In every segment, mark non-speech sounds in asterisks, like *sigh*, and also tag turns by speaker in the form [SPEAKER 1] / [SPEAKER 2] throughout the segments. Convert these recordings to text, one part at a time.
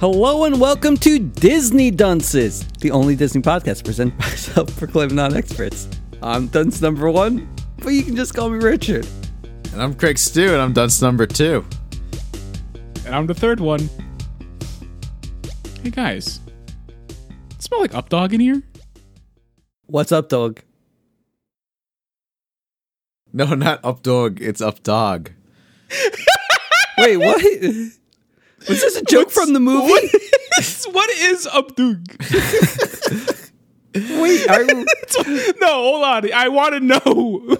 [SPEAKER 1] Hello and welcome to Disney Dunces, the only Disney podcast presented *laughs* by self-proclaimed non-experts. I'm dunce number one, but you can just call me Richard.
[SPEAKER 2] And I'm Craig Stew, and I'm dunce number two.
[SPEAKER 3] And I'm the third one. Hey guys. It smell like up dog in here?
[SPEAKER 1] What's up, dog?
[SPEAKER 2] No, not up dog, it's up dog.
[SPEAKER 1] Wait, what? *laughs* Was this a joke from the movie?
[SPEAKER 3] what is up dog?
[SPEAKER 1] *laughs*
[SPEAKER 3] *laughs*
[SPEAKER 1] Wait, are you-
[SPEAKER 3] no, hold on. I want to know.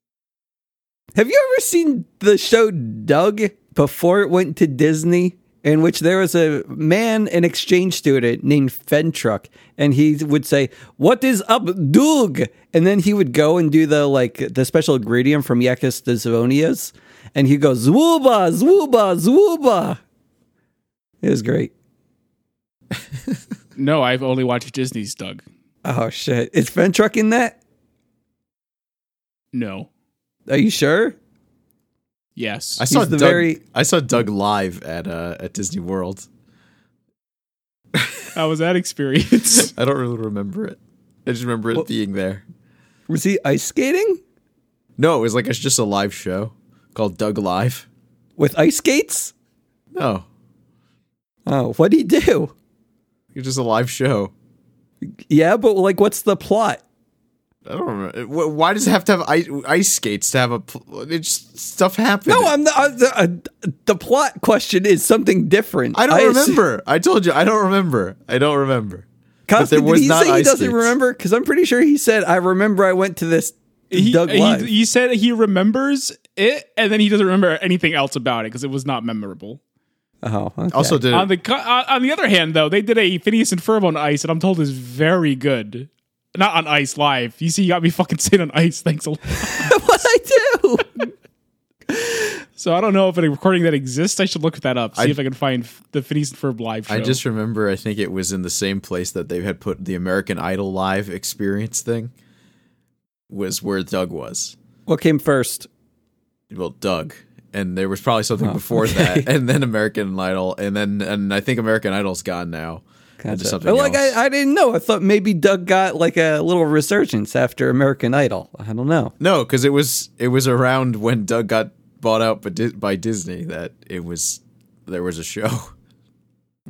[SPEAKER 3] *laughs*
[SPEAKER 1] have you ever seen the show Doug before it went to Disney? In which there was a man, an exchange student named Fentruck, and he would say, What is up, Doug? And then he would go and do the like the special ingredient from Yakis to Zavonias, and he goes, Zwooba, Zwooba, Zwooba. It was great.
[SPEAKER 3] no, I've only watched Disney's Doug.
[SPEAKER 1] Oh shit. Is Fentruck in that?
[SPEAKER 3] No.
[SPEAKER 1] Are you sure?
[SPEAKER 3] Yes.
[SPEAKER 2] I saw
[SPEAKER 1] the
[SPEAKER 2] Doug,
[SPEAKER 1] very-
[SPEAKER 2] I saw Doug live at uh, at Disney World.
[SPEAKER 3] How was that
[SPEAKER 2] *laughs*
[SPEAKER 3] experience?
[SPEAKER 2] I don't really remember it. I just remember it being there.
[SPEAKER 1] Was he ice skating?
[SPEAKER 2] No, it was like it's just a live show called Doug Live.
[SPEAKER 1] With ice skates?
[SPEAKER 2] No,
[SPEAKER 1] Oh, what'd he do?
[SPEAKER 2] it's just a live show.
[SPEAKER 1] Yeah, but like, what's the plot?
[SPEAKER 2] I don't remember. Wh- Why does it have to have ice, ice skates to have a? Pl- it just stuff happened.
[SPEAKER 1] No, I'm the, uh, the, uh, the plot question is something different.
[SPEAKER 2] I do not
[SPEAKER 1] assu-
[SPEAKER 2] remember. I told you I don't remember. I don't remember.
[SPEAKER 1] Kosky,
[SPEAKER 2] there was
[SPEAKER 1] did he
[SPEAKER 2] not
[SPEAKER 1] say he
[SPEAKER 2] ice
[SPEAKER 1] doesn't
[SPEAKER 2] skates.
[SPEAKER 1] remember? Because I'm pretty sure he said, "I remember I went to this
[SPEAKER 3] he,
[SPEAKER 1] Doug Live."
[SPEAKER 3] he, he said he remembers it and then he doesn't remember anything else about it because it was not memorable.
[SPEAKER 1] oh, okay.
[SPEAKER 2] Also, did
[SPEAKER 3] On the co- uh, on the other hand, though, they did a Phineas and Ferb on ice, and I'm told is very good. Not on ice live. You see, you got me *laughs* fucking sitting on ice. Thanks a lot.
[SPEAKER 1] *laughs* what I do?
[SPEAKER 3] So I don't know if a recording that exists. I should look that up. See
[SPEAKER 2] I-
[SPEAKER 3] if I can find f- the Phineas and Ferb live show.
[SPEAKER 2] I just remember I think it was in the same place that they had put the American Idol live experience thing was where Doug was.
[SPEAKER 1] what came first?
[SPEAKER 2] Well, Doug. And there was probably
[SPEAKER 1] Oh. *laughs*
[SPEAKER 2] something before that and then American Idol and then and I think American Idol's gone now. And just something
[SPEAKER 1] like
[SPEAKER 2] else.
[SPEAKER 1] I, I didn't know. I thought maybe Doug got like a little resurgence after American Idol. I don't know.
[SPEAKER 2] No, cuz it was it was around when Doug got bought out by, Dis- by Disney that it was there was a show. *laughs*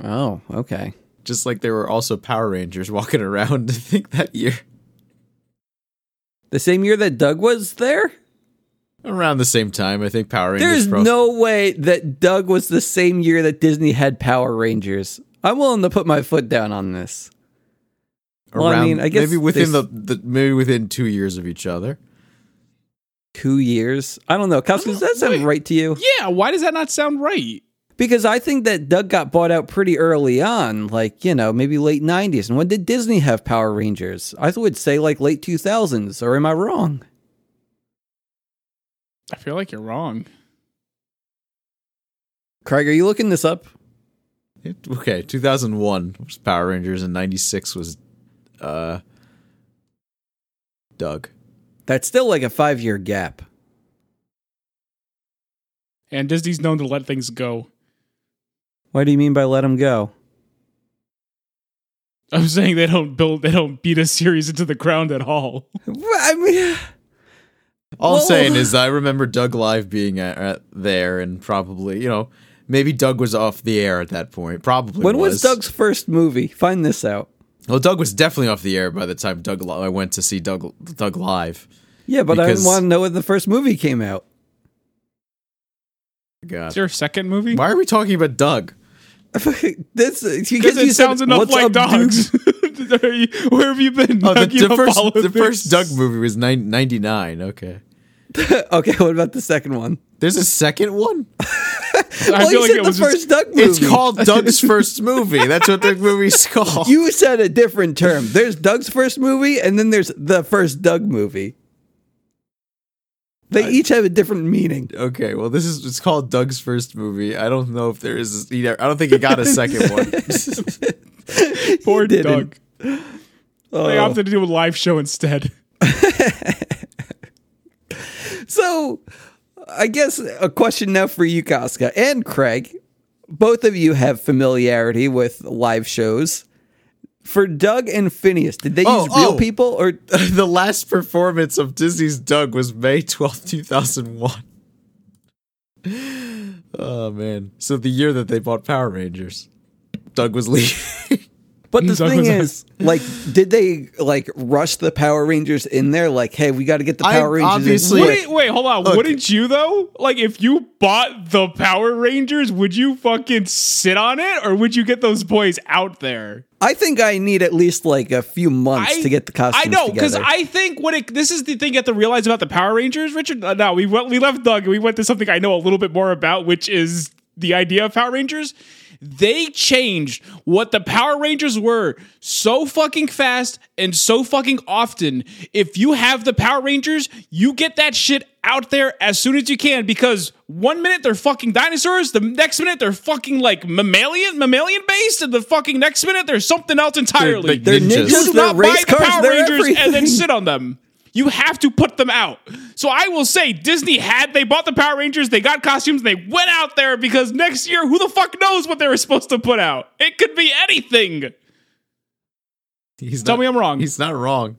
[SPEAKER 1] Oh, okay.
[SPEAKER 2] Just like there were also Power Rangers walking around *laughs* I think that year.
[SPEAKER 1] The same year that Doug was there.
[SPEAKER 2] Around the same time, I think Power Rangers
[SPEAKER 1] There's
[SPEAKER 2] probably-
[SPEAKER 1] no way that Doug was the same year that Disney had Power Rangers. I'm willing to put my foot down on this. Well, I
[SPEAKER 2] around
[SPEAKER 1] mean, I guess
[SPEAKER 2] maybe within
[SPEAKER 1] they
[SPEAKER 2] the,
[SPEAKER 1] s-
[SPEAKER 2] the maybe within two years of each other.
[SPEAKER 1] Two years? I don't know. Kowski, does that sound
[SPEAKER 3] Oh, Wait.
[SPEAKER 1] right to you?
[SPEAKER 3] yeah. Why does that not sound right?
[SPEAKER 1] Because I think that Doug got bought out pretty early on, like, you know, maybe late 90s. And when did Disney have Power Rangers? I would say like late 2000s, or am I wrong?
[SPEAKER 3] I feel like you're wrong.
[SPEAKER 1] Craig, are you looking this up?
[SPEAKER 2] It- okay, 2001 was Power Rangers, and 96 was uh, Doug.
[SPEAKER 1] That's still like a five year gap.
[SPEAKER 3] And Disney's known to let things go.
[SPEAKER 1] What do you mean by let him go?
[SPEAKER 3] I'm saying they don't build. They don't beat a series into the ground at all.
[SPEAKER 1] Well,
[SPEAKER 3] *laughs*
[SPEAKER 1] I mean,
[SPEAKER 2] All
[SPEAKER 1] Well- *laughs*
[SPEAKER 2] I'm saying is I remember Doug Live being at, at there, and probably you know maybe Doug was off the air at that point. Probably
[SPEAKER 1] when was
[SPEAKER 2] was
[SPEAKER 1] Doug's first movie? Find this out.
[SPEAKER 2] Well, Doug was definitely off the air by the time Doug. Li- I went to see Doug Doug Live. Oh
[SPEAKER 1] Yeah, but I
[SPEAKER 2] Because-
[SPEAKER 1] want to know when the first movie came out.
[SPEAKER 2] God.
[SPEAKER 3] It's your second movie?
[SPEAKER 2] Why are we talking about Doug?
[SPEAKER 1] *laughs* this because
[SPEAKER 3] Because
[SPEAKER 1] you
[SPEAKER 3] it
[SPEAKER 1] said,
[SPEAKER 3] sounds enough
[SPEAKER 1] "What's
[SPEAKER 3] like
[SPEAKER 1] up, Duke?"
[SPEAKER 3] dogs. Are you- *laughs* Where have you been?
[SPEAKER 2] Oh, the,
[SPEAKER 3] Doug? You
[SPEAKER 2] the
[SPEAKER 3] don't
[SPEAKER 2] first,
[SPEAKER 3] follow
[SPEAKER 2] the
[SPEAKER 3] things.
[SPEAKER 2] first Doug movie was nine, 99. Okay.
[SPEAKER 1] *laughs* Okay, what about the second one?
[SPEAKER 2] There's a second one?
[SPEAKER 3] I
[SPEAKER 1] well,
[SPEAKER 3] feel
[SPEAKER 1] you
[SPEAKER 3] like
[SPEAKER 1] said
[SPEAKER 3] it
[SPEAKER 1] the
[SPEAKER 3] was just-
[SPEAKER 1] first Doug movie.
[SPEAKER 3] *laughs*
[SPEAKER 2] It's called Doug's first movie. That's what the movie's called.
[SPEAKER 1] You said a different term. There's Doug's first movie, and then there's the first Doug movie. They each have a different meaning.
[SPEAKER 2] okay, well, this is it's called Doug's first movie. I don't know if there is. He never, I don't think he got a
[SPEAKER 3] *laughs*
[SPEAKER 2] second one.
[SPEAKER 3] Poor
[SPEAKER 1] didn't.
[SPEAKER 3] Doug. They
[SPEAKER 1] Oh.
[SPEAKER 3] opted to do a live show instead.
[SPEAKER 1] So, I guess a question now for you, Casca and Craig. Both of you have familiarity with live shows. For Doug and Phineas, did they
[SPEAKER 2] Oh,
[SPEAKER 1] use real
[SPEAKER 2] oh.
[SPEAKER 1] people or
[SPEAKER 2] the last performance of Disney's Doug was May twelfth, two 2001. Oh, man. So the year that they bought Power Rangers, Doug was leaving. *laughs*
[SPEAKER 1] But
[SPEAKER 3] *laughs*
[SPEAKER 1] the
[SPEAKER 3] Doug
[SPEAKER 1] thing
[SPEAKER 3] was out.
[SPEAKER 1] is, like, did they like rush the Power Rangers in there? Like, hey, we got to get the
[SPEAKER 2] I
[SPEAKER 1] Power Rangers. in
[SPEAKER 2] obviously-
[SPEAKER 1] quick.
[SPEAKER 3] Wait, wait, hold on.
[SPEAKER 2] Look-
[SPEAKER 3] Wouldn't you though? Like, if you bought the Power Rangers, would you fucking sit on it, or would you get those boys out there?
[SPEAKER 1] I think I need at least like a few months to get the costumes.
[SPEAKER 3] I know because
[SPEAKER 1] because
[SPEAKER 3] I think what it, this is the thing you have to realize about the Power Rangers, Richard. Uh, no, we went, we left Doug and we went to something I know a little bit more about, which is the idea of Power Rangers. They changed what the Power Rangers were so fucking fast and so fucking often. If you have the Power Rangers, you get that shit out there as soon as you can because one minute they're fucking dinosaurs, the next minute they're fucking like mammalian, mammalian based, and the fucking next minute they're something else entirely.
[SPEAKER 2] like
[SPEAKER 1] they're
[SPEAKER 2] Ninjas.
[SPEAKER 1] ninjas,
[SPEAKER 2] Do
[SPEAKER 3] Do
[SPEAKER 1] they're
[SPEAKER 3] not buy
[SPEAKER 1] race
[SPEAKER 3] the
[SPEAKER 1] cars,
[SPEAKER 3] Power
[SPEAKER 1] they're
[SPEAKER 3] Rangers and then
[SPEAKER 1] everything.
[SPEAKER 3] *laughs* sit on them. You have to put them out. So I will say Disney had they bought the Power Rangers, they got costumes, and they went out there because next year, who the fuck knows what they were supposed to put out? It could be anything.
[SPEAKER 2] He's
[SPEAKER 3] Tell
[SPEAKER 2] not-
[SPEAKER 3] me I'm wrong.
[SPEAKER 2] He's not wrong.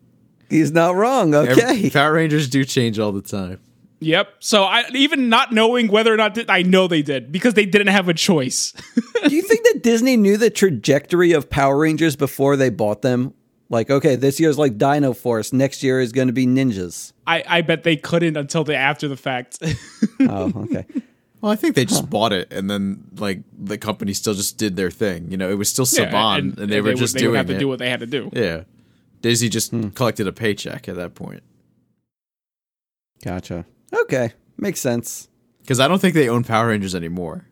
[SPEAKER 1] he's not wrong.
[SPEAKER 2] Every-
[SPEAKER 1] Okay,
[SPEAKER 2] *laughs* Power Rangers do change all the time.
[SPEAKER 3] Yep. So I even not knowing whether or not th- I know they did because they didn't have a choice. *laughs*
[SPEAKER 1] do you think that Disney knew the trajectory of Power Rangers before they bought them? Like, okay, this year's like Dino Force. Next year is going to be ninjas.
[SPEAKER 3] I, I bet they couldn't until the after the fact. *laughs*
[SPEAKER 1] Oh,
[SPEAKER 2] *laughs*
[SPEAKER 1] okay.
[SPEAKER 2] Well, I think they just bought it, and then like the company still just did their thing. You know, it was still Saban, and, they were
[SPEAKER 3] would-
[SPEAKER 2] just
[SPEAKER 3] they would
[SPEAKER 2] doing
[SPEAKER 3] have to
[SPEAKER 2] it.
[SPEAKER 3] do what they had to do.
[SPEAKER 2] yeah, Disney just
[SPEAKER 1] Hmm.
[SPEAKER 2] collected a paycheck at that point
[SPEAKER 1] gotcha. Okay, makes sense.
[SPEAKER 2] because I don't think they own Power Rangers anymore.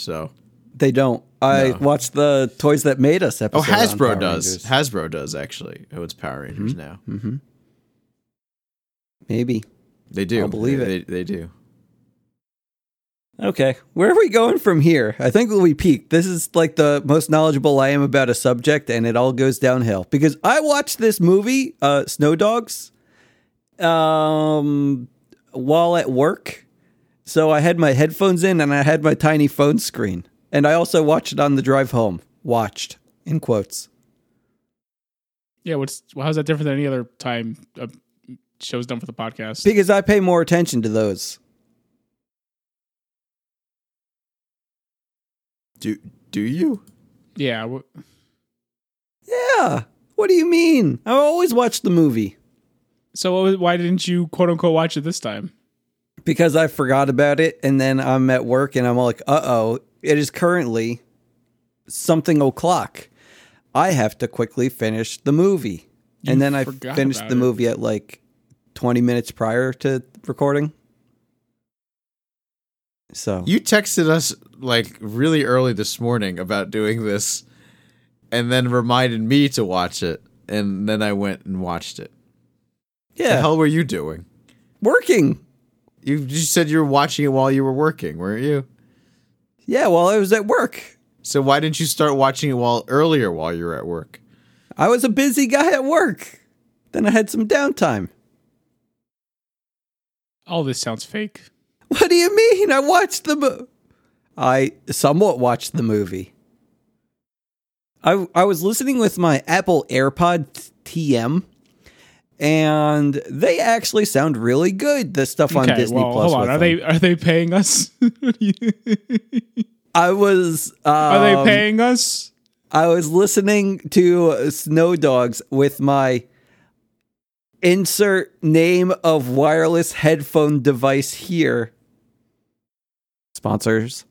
[SPEAKER 2] So,
[SPEAKER 1] They don't. I
[SPEAKER 2] No.
[SPEAKER 1] watched the Toys That Made Us episode.
[SPEAKER 2] oh,
[SPEAKER 1] on Power
[SPEAKER 2] Hasbro does.
[SPEAKER 1] Rangers. Hmm. Mm-hmm.
[SPEAKER 2] Hasbro does actually owns Power Rangers now.
[SPEAKER 1] Maybe.
[SPEAKER 2] They do.
[SPEAKER 1] I'll believe
[SPEAKER 2] they,
[SPEAKER 1] it.
[SPEAKER 2] They, they do.
[SPEAKER 1] Okay. Where are we going from here? I think we peaked. This is like the most knowledgeable I am about a subject, and it all goes downhill because I watched this movie, uh, Snow Dogs, um, while at work. So I had my headphones in and I had my tiny phone screen, and I also watched it on the drive home. Watched in quotes.
[SPEAKER 3] Yeah, what's how's that different than any other time a show's done for the podcast?
[SPEAKER 1] because I pay more attention to those.
[SPEAKER 2] Do do you?
[SPEAKER 3] yeah, w-
[SPEAKER 1] Yeah. What do you mean? I always watch the movie
[SPEAKER 3] so what was- why didn't you quote unquote watch it this time?
[SPEAKER 1] because I forgot about it, and then I'm at work and I'm like, uh oh, it is currently something o'clock. I have to quickly finish the movie. and then I
[SPEAKER 3] forgot
[SPEAKER 1] finished
[SPEAKER 3] about
[SPEAKER 1] the
[SPEAKER 3] it.
[SPEAKER 1] movie at like 20 minutes prior to recording. So,
[SPEAKER 2] You texted us like really early this morning about doing this, and then reminded me to watch it, and then I went and watched it. The
[SPEAKER 1] yeah,
[SPEAKER 2] hell were you doing?
[SPEAKER 1] working.
[SPEAKER 2] You you said you were watching it while you were working, weren't you?
[SPEAKER 1] Yeah, while I was at work.
[SPEAKER 2] So why didn't you start watching it while earlier while you were at work?
[SPEAKER 1] I was a busy guy at work. Then I had some downtime.
[SPEAKER 3] All this sounds fake.
[SPEAKER 1] What do you mean? I watched the mo- I somewhat watched the movie. I I was listening with my Apple AirPod TM and they actually sound really good. The stuff on Disney
[SPEAKER 3] well,
[SPEAKER 1] Plus.
[SPEAKER 3] hold on.
[SPEAKER 1] with
[SPEAKER 3] Are
[SPEAKER 1] them.
[SPEAKER 3] they are they paying us? *laughs*
[SPEAKER 1] I was um,
[SPEAKER 3] are they paying us?
[SPEAKER 1] I was listening to uh, Snow Dogs with my insert name of wireless headphone device here sponsors.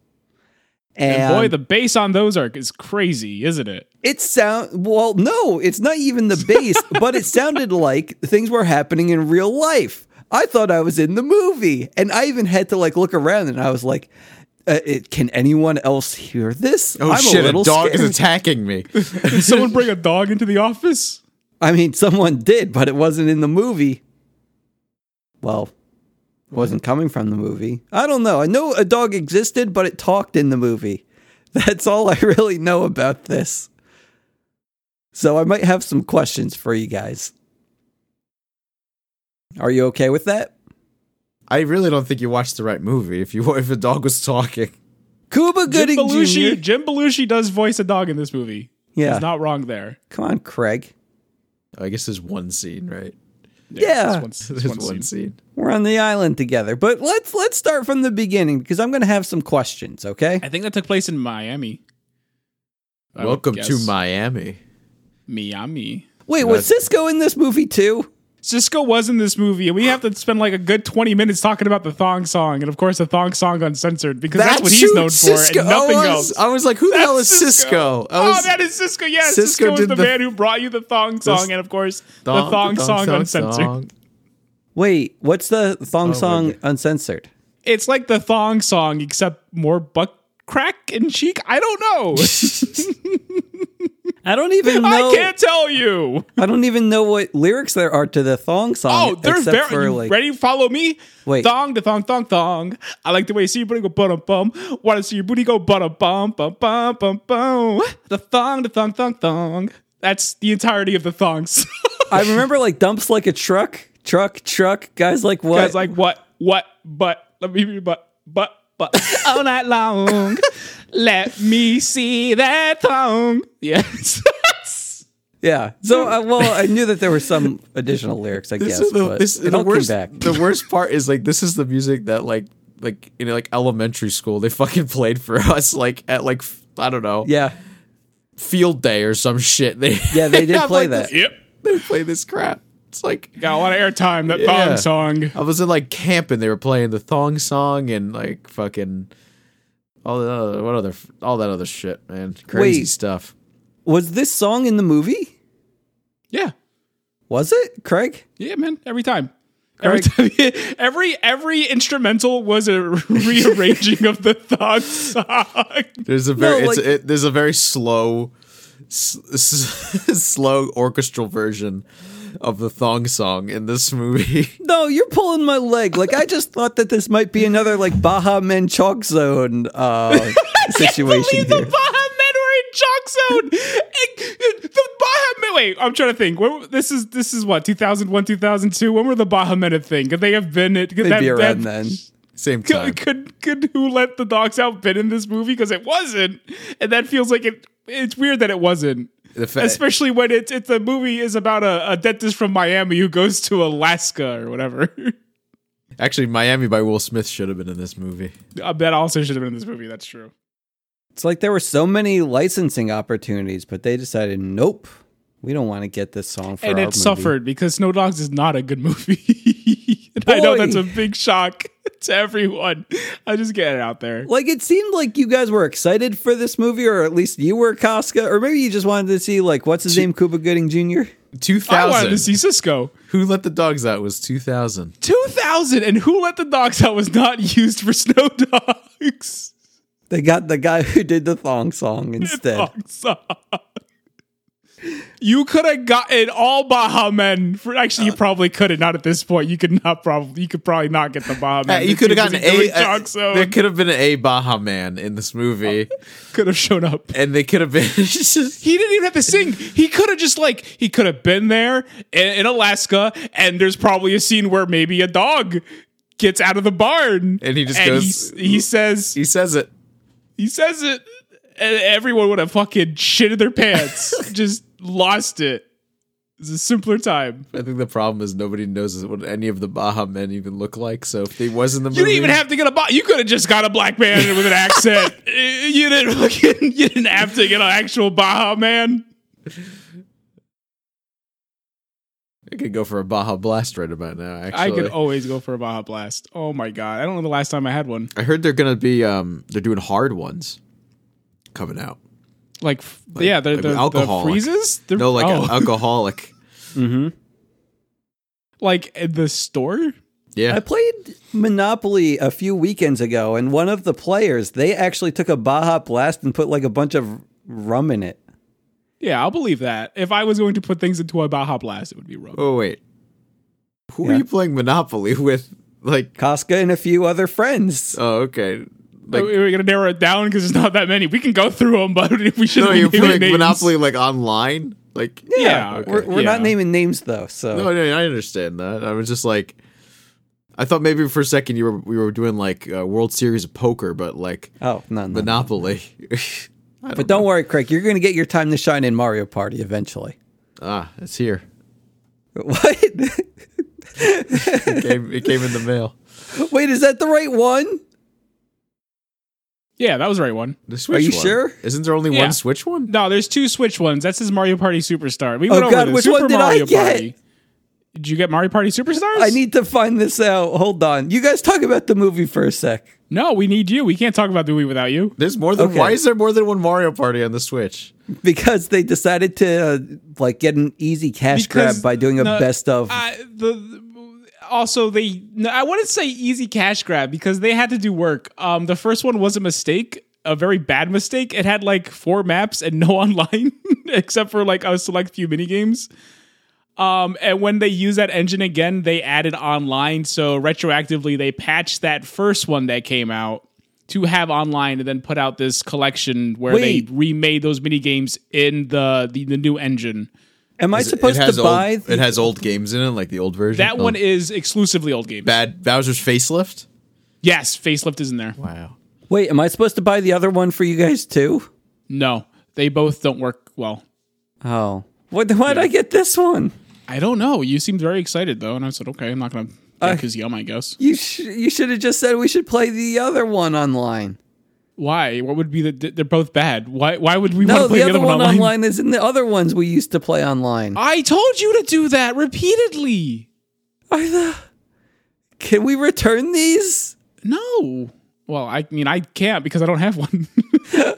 [SPEAKER 3] And boy, the bass on those are is crazy, isn't it?
[SPEAKER 1] It sound well, no, it's not even the
[SPEAKER 2] *laughs*
[SPEAKER 1] bass, but it sounded like things were happening in real life. I thought I was in the movie, and I even had to like look around, and I was like, uh, it, "Can anyone else hear this?"
[SPEAKER 2] Oh shit! A, dog is
[SPEAKER 3] *laughs*
[SPEAKER 2] attacking me.
[SPEAKER 3] Did someone bring a dog into the office?
[SPEAKER 1] I mean, someone did, but it wasn't in the movie. Well, it wasn't coming from the movie. I don't know. I know a dog existed, but it talked in the movie. *laughs* That's all I really know about this. So I might have some questions for you guys. Are you okay with that?
[SPEAKER 2] I really don't think you watched the right movie. If you *laughs* if a dog was talking,
[SPEAKER 1] Cuba *laughs* Gooding
[SPEAKER 3] Jim Belushi.
[SPEAKER 1] Jr.
[SPEAKER 3] Jim Belushi does voice a dog in this movie.
[SPEAKER 1] Yeah.
[SPEAKER 3] he's not wrong there.
[SPEAKER 1] Come on, Craig.
[SPEAKER 2] I guess there's one scene, right? *laughs*
[SPEAKER 1] Yeah.
[SPEAKER 3] this one's- this
[SPEAKER 2] There's
[SPEAKER 3] one's seen.
[SPEAKER 2] one scene.
[SPEAKER 1] We're on the island together. But let's let's start from the beginning because I'm going to have some questions, okay?
[SPEAKER 3] I think that took place in Miami. I would
[SPEAKER 2] Welcome to
[SPEAKER 3] guess.
[SPEAKER 2] Miami.
[SPEAKER 3] Miami.
[SPEAKER 1] Wait, was Cisco in this movie too?
[SPEAKER 3] Cisco was in this movie, and we have to spend like a good twenty minutes talking about the thong song, and of course, the thong song uncensored because that's, what he's
[SPEAKER 2] who
[SPEAKER 3] known for,
[SPEAKER 2] Cisco-
[SPEAKER 3] and nothing
[SPEAKER 2] I was,
[SPEAKER 3] else.
[SPEAKER 2] I was like, who the hell is
[SPEAKER 3] That's
[SPEAKER 2] Cisco? I
[SPEAKER 3] Oh,
[SPEAKER 2] was-
[SPEAKER 3] that is Cisco. Yes,
[SPEAKER 2] Cisco
[SPEAKER 3] Cisco, is
[SPEAKER 2] did
[SPEAKER 3] the,
[SPEAKER 2] the-
[SPEAKER 3] man who brought you the thong song, and of course, the thong, song uncensored.
[SPEAKER 2] song.
[SPEAKER 1] Wait, what's the thong song
[SPEAKER 2] God.
[SPEAKER 1] uncensored?
[SPEAKER 3] It's like the thong song, except more butt crack and cheek. I don't
[SPEAKER 2] *laughs*
[SPEAKER 3] know.
[SPEAKER 1] I don't even know
[SPEAKER 3] I can't tell you.
[SPEAKER 1] I don't even know what lyrics there are to the thong song.
[SPEAKER 3] Oh, they're
[SPEAKER 1] except
[SPEAKER 3] very
[SPEAKER 1] for
[SPEAKER 3] you
[SPEAKER 1] like
[SPEAKER 3] ready. Follow me.
[SPEAKER 1] Wait.
[SPEAKER 3] thong to thong thong thong. I like the way you see your booty go bum bum. Want to see your booty go bum bum bum bum bum bum. The thong to thong thong thong. That's the entirety of the thongs. *laughs*
[SPEAKER 1] I remember like dumps like a truck, truck, truck. Guys like what?
[SPEAKER 3] Guys, like what? What? But let me read. But but but *laughs* all night long. let me see that thong. Yes.
[SPEAKER 1] yeah. So uh, well, I knew that there were some additional lyrics. I
[SPEAKER 2] This
[SPEAKER 1] guess.
[SPEAKER 2] is the,
[SPEAKER 1] but
[SPEAKER 2] this,
[SPEAKER 1] it
[SPEAKER 2] the
[SPEAKER 1] all
[SPEAKER 2] worst.
[SPEAKER 1] came back.
[SPEAKER 2] The
[SPEAKER 1] *laughs*
[SPEAKER 2] worst part is like this is the music that like like in like elementary school they fucking played for *laughs* us like at like f- I don't know
[SPEAKER 1] yeah.
[SPEAKER 2] field day or some shit. They
[SPEAKER 1] *laughs* Yeah, they did
[SPEAKER 2] have,
[SPEAKER 1] play
[SPEAKER 2] like,
[SPEAKER 1] that.
[SPEAKER 2] this-
[SPEAKER 3] yep.
[SPEAKER 2] *laughs* they play this crap. It's like
[SPEAKER 3] Got a lot of airtime. That
[SPEAKER 2] Yeah.
[SPEAKER 3] thong song.
[SPEAKER 2] I was in like camp and they were playing the thong song and like fucking all the other, what other all that other shit, man. Crazy
[SPEAKER 1] Wait.
[SPEAKER 2] stuff.
[SPEAKER 1] Was this song in the movie?
[SPEAKER 3] Yeah.
[SPEAKER 1] Was it Craig?
[SPEAKER 3] Yeah, man. Every time. Every, time, *laughs* every every instrumental was a *laughs* rearranging of the thong song.
[SPEAKER 2] There's a very
[SPEAKER 1] No,
[SPEAKER 2] it's,
[SPEAKER 1] like-
[SPEAKER 2] it, there's a very slow s- s- *laughs* slow orchestral version of the thong song in this *laughs* movie.
[SPEAKER 1] No, you're pulling my leg. Like I just thought that this might be another like Baja Men Chalk Zone uh,
[SPEAKER 3] The
[SPEAKER 1] situation
[SPEAKER 3] Baja
[SPEAKER 1] here.
[SPEAKER 3] Men were in chalk zone. It- it- the Baja Men. Wait, I'm trying to think. When, this is this is what 2001, 2002. When were the Baja Men a thing? Could they have been? It, could that-
[SPEAKER 1] Maybe around
[SPEAKER 3] that-
[SPEAKER 1] then.
[SPEAKER 2] Same time.
[SPEAKER 3] Could, could could who let the dogs out been in this movie? Because it wasn't, and that feels like it. It's weird that it wasn't.
[SPEAKER 2] The fa-
[SPEAKER 3] Especially when it's it's a movie is about a, a dentist from Miami who goes to Alaska or whatever. *laughs*
[SPEAKER 2] Actually, Miami by Will Smith should have been in this movie.
[SPEAKER 3] Uh, that also should have been in this movie. That's true.
[SPEAKER 1] It's like there were so many licensing opportunities, but they decided, nope, we don't want to get this song for
[SPEAKER 3] and
[SPEAKER 1] our
[SPEAKER 3] it
[SPEAKER 1] movie.
[SPEAKER 3] suffered because Snow Dogs is not a good movie. *laughs* and I know
[SPEAKER 1] Boy.
[SPEAKER 3] that's a big shock *laughs* to everyone. I just get it out there.
[SPEAKER 1] Like it seemed like you guys were excited for this movie, or at least you were Casca, or maybe you just wanted to see like what's his name, Cuba Gooding Jr.
[SPEAKER 3] I wanted to
[SPEAKER 2] 2000.
[SPEAKER 3] see Cisco.
[SPEAKER 2] Who Let the Dogs Out was 2000.
[SPEAKER 3] 2000 and Who Let the Dogs Out was not used for Snow *laughs* Dogs.
[SPEAKER 1] They got the guy *laughs* who did the thong
[SPEAKER 3] *laughs*
[SPEAKER 1] song instead.
[SPEAKER 3] Thong song. You could have gotten all Baja Men. For, actually, you
[SPEAKER 2] Uh,
[SPEAKER 3] probably could have not at this point. You could not probably. You could probably not get the Baja
[SPEAKER 2] Uh,
[SPEAKER 3] Men.
[SPEAKER 2] you could have gotten a. uh, there
[SPEAKER 3] They
[SPEAKER 2] could have been an A Baja man in this
[SPEAKER 3] *laughs*
[SPEAKER 2] movie,
[SPEAKER 3] could have shown up.
[SPEAKER 2] and they could have been. *laughs* it's just-
[SPEAKER 3] He didn't even have to sing. He could have just like he could have been there in, in Alaska, and there's probably a scene where maybe a dog gets out of the barn,
[SPEAKER 2] And he just goes-
[SPEAKER 3] He, he says
[SPEAKER 2] he says it.
[SPEAKER 3] he says it, and everyone would have fucking shitted their pants, *laughs* just lost it. It's a simpler time.
[SPEAKER 2] I think the problem is nobody knows what any of the Baja men even look like. So if they was in the movie,
[SPEAKER 3] You didn't even have to get a bo- you could have just got a black man with an accent. Uh, *laughs* you didn't fucking you didn't have to get an actual Baja man.
[SPEAKER 2] I could go for a Baja Blast right about now. Actually,
[SPEAKER 3] I could always go for a Baja Blast. Oh my god, I don't know the last time I had one.
[SPEAKER 2] I heard they're gonna be um they're doing hard ones coming out.
[SPEAKER 3] Like, f- yeah, they're,
[SPEAKER 2] like
[SPEAKER 3] they're,
[SPEAKER 2] alcohol,
[SPEAKER 3] the
[SPEAKER 2] like-
[SPEAKER 3] freezes. They're,
[SPEAKER 2] No, like
[SPEAKER 3] oh,
[SPEAKER 2] an alcoholic.
[SPEAKER 3] *laughs* like at the store.
[SPEAKER 2] Yeah,
[SPEAKER 1] I played Monopoly a few weekends ago, and one of the players they actually took a Baja Blast and put like a bunch of rum in it.
[SPEAKER 3] Yeah, I'll believe that. If I was going to put things into a Baja Blast, it would be rum.
[SPEAKER 2] Oh wait, who are
[SPEAKER 1] Yeah.
[SPEAKER 2] you playing Monopoly *laughs* with? Like,
[SPEAKER 1] Casca and a few other friends.
[SPEAKER 2] oh okay, like
[SPEAKER 3] Are we gonna narrow Oh, it down because it's not that many. We can go through them, but *laughs* we should.
[SPEAKER 2] no, you're playing
[SPEAKER 3] names.
[SPEAKER 2] Monopoly like online. Like,
[SPEAKER 3] Yeah, okay.
[SPEAKER 1] We're, we're not
[SPEAKER 3] Yeah.
[SPEAKER 1] naming names though, so
[SPEAKER 2] no, no, I understand that. I was just like, I thought maybe for a second you were we were doing like uh, World Series of Poker, but like
[SPEAKER 1] oh no, no.
[SPEAKER 2] Monopoly. *laughs*
[SPEAKER 1] But don't worry, Craig, you're going to get your time to shine in Mario Party eventually. *laughs*
[SPEAKER 2] ah, it's here.
[SPEAKER 1] What? *laughs*
[SPEAKER 2] It came, it came in the mail.
[SPEAKER 1] Wait, is that the right one?
[SPEAKER 3] Yeah, that was the right one.
[SPEAKER 2] The Switch
[SPEAKER 1] you
[SPEAKER 2] one.
[SPEAKER 1] sure?
[SPEAKER 2] Isn't there only
[SPEAKER 3] Yeah.
[SPEAKER 2] one Switch one?
[SPEAKER 3] No, there's two Switch ones. That's his Mario Party Superstar. We
[SPEAKER 1] Oh,
[SPEAKER 3] went over
[SPEAKER 1] God,
[SPEAKER 3] this.
[SPEAKER 1] which
[SPEAKER 3] Super
[SPEAKER 1] one did I
[SPEAKER 3] Mario
[SPEAKER 1] get?
[SPEAKER 3] Party. Did you get Mario Party Superstars?
[SPEAKER 1] I need to find this out. Hold on. You guys talk about the movie for a sec.
[SPEAKER 3] No, we need you. We can't talk about the Wii without you.
[SPEAKER 2] There's more than
[SPEAKER 1] Okay.
[SPEAKER 2] why is there more than one Mario Party on the Switch?
[SPEAKER 1] Because they decided to uh, like get an easy cash
[SPEAKER 3] Because-
[SPEAKER 1] grab by doing a
[SPEAKER 3] no,
[SPEAKER 1] best of.
[SPEAKER 3] Uh, the, also they no, I wouldn't say easy cash grab because they had to do work. Um, the first one was a mistake, a very bad mistake. It had like four maps and *laughs* no online except for like a select few mini games. Um, and when they used that engine again, they added online. So retroactively, they patched that first one that came out to have online, and then put out this collection where
[SPEAKER 1] Wait.
[SPEAKER 3] they remade those mini games in the the, the new engine.
[SPEAKER 1] Am I
[SPEAKER 2] It-
[SPEAKER 1] supposed
[SPEAKER 2] it has
[SPEAKER 1] to
[SPEAKER 2] old,
[SPEAKER 1] buy? the-
[SPEAKER 2] It has old games in it, like the old version.
[SPEAKER 3] That
[SPEAKER 2] Oh,
[SPEAKER 3] one is exclusively old games.
[SPEAKER 2] bad Bowser's facelift.
[SPEAKER 3] Yes, facelift is in there.
[SPEAKER 2] Wow.
[SPEAKER 1] Wait, am I supposed to buy the other one for you guys too?
[SPEAKER 3] No, they both don't work well.
[SPEAKER 1] Oh, what? Why did I get this one?
[SPEAKER 3] I don't know. You seemed very excited though, and I said, okay, I'm not gonna get his yum, I guess.
[SPEAKER 1] You sh- you should have just said we should play the other one online.
[SPEAKER 3] Why? What would be the? They're both bad. Why? Why would we want
[SPEAKER 1] No,
[SPEAKER 3] to play
[SPEAKER 1] the other one
[SPEAKER 3] online?
[SPEAKER 1] online. is in the other ones we used to play online.
[SPEAKER 3] I told you to do that repeatedly.
[SPEAKER 1] Are the Can we return these?
[SPEAKER 3] No. Well, I mean, I can't because I don't have one.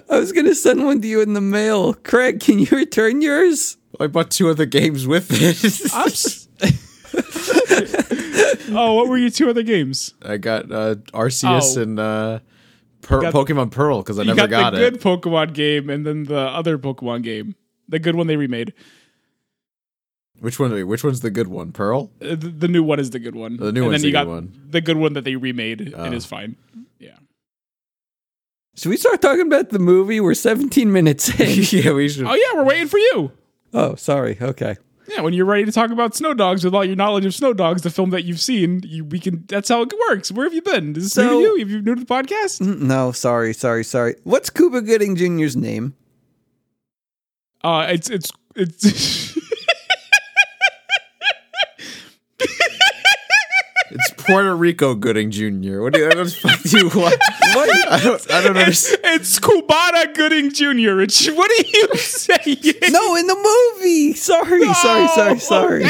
[SPEAKER 1] I was gonna send one to you in the mail. Craig, can you return yours?
[SPEAKER 2] I bought two other games with
[SPEAKER 3] *laughs*
[SPEAKER 2] it.
[SPEAKER 3] I'm s- oh, what were your two other games?
[SPEAKER 2] I got uh, Arceus
[SPEAKER 3] Oh.
[SPEAKER 2] and uh, per-
[SPEAKER 3] got-
[SPEAKER 2] Pokemon Pearl because I
[SPEAKER 3] You
[SPEAKER 2] never
[SPEAKER 3] got,
[SPEAKER 2] got,
[SPEAKER 3] the
[SPEAKER 2] it.
[SPEAKER 3] good Pokemon game and then the other Pokemon game, the good one they remade.
[SPEAKER 2] Which one? Which one's the good one? Pearl.
[SPEAKER 3] Uh, the, the new one is the good one.
[SPEAKER 2] The new
[SPEAKER 3] and
[SPEAKER 2] one's
[SPEAKER 3] then you
[SPEAKER 2] the good
[SPEAKER 3] got
[SPEAKER 2] one.
[SPEAKER 3] The good one that they remade
[SPEAKER 2] Oh.
[SPEAKER 3] and is fine. Yeah.
[SPEAKER 1] Should we start talking about the movie? We're 17
[SPEAKER 3] *laughs*
[SPEAKER 1] minutes in.
[SPEAKER 2] yeah, we should.
[SPEAKER 3] Oh yeah, we're waiting for you.
[SPEAKER 1] oh, sorry. Okay.
[SPEAKER 3] Yeah, when you're ready to talk about Snow Dogs with all your knowledge of Snow Dogs, the film that you've seen, you, we can. That's how it works. Where have you been? Is this new
[SPEAKER 1] So-
[SPEAKER 3] to you? Have you new to the podcast?
[SPEAKER 2] Mm-hmm.
[SPEAKER 1] Mm, No, sorry, sorry, sorry. What's Cuba Gooding Jr.'s name?
[SPEAKER 3] Uh, it's it's it's. *laughs*
[SPEAKER 2] It's Puerto Rico Gooding Jr. What do you? What the fuck do you want?
[SPEAKER 3] *laughs*
[SPEAKER 2] I don't. I don't understand.
[SPEAKER 3] It's Cubana Gooding Jr. Rich. What are you *laughs*
[SPEAKER 2] *laughs*
[SPEAKER 3] saying?
[SPEAKER 1] No, in the movie. Sorry, sorry,
[SPEAKER 3] No! *laughs*
[SPEAKER 1] sorry, sorry.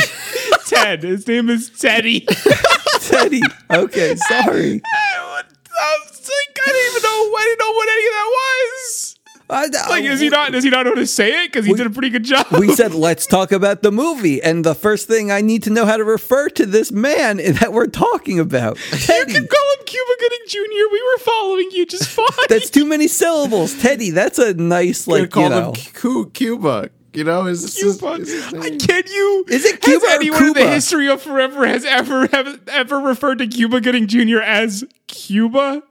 [SPEAKER 3] Ted. His name is Teddy. *laughs*
[SPEAKER 1] Teddy. Okay, sorry.
[SPEAKER 3] I was like, I didn't even know. I didn't know what any of that was.
[SPEAKER 1] I,
[SPEAKER 3] Like, is he not? Does he not know how to say it? Because he did a pretty good job. *laughs*
[SPEAKER 1] we said let's talk about the movie and the first thing i need to know how to refer to this man that we're talking about teddy
[SPEAKER 3] you can call him Cuba Gooding Jr. We were following you
[SPEAKER 1] *laughs*
[SPEAKER 3] just fine. *laughs*
[SPEAKER 1] that's too many syllables teddy that's a nice
[SPEAKER 2] Like,
[SPEAKER 1] like
[SPEAKER 2] call
[SPEAKER 1] you
[SPEAKER 2] them
[SPEAKER 1] know
[SPEAKER 2] Cu- Cuba. You know, is this is-
[SPEAKER 3] Cuba.
[SPEAKER 2] is this-
[SPEAKER 3] I can you?
[SPEAKER 1] Is it Cuba or
[SPEAKER 3] Has anyone in the
[SPEAKER 1] Cuba?
[SPEAKER 3] history of forever has ever have, ever referred to Cuba Gooding Jr. as Cuba?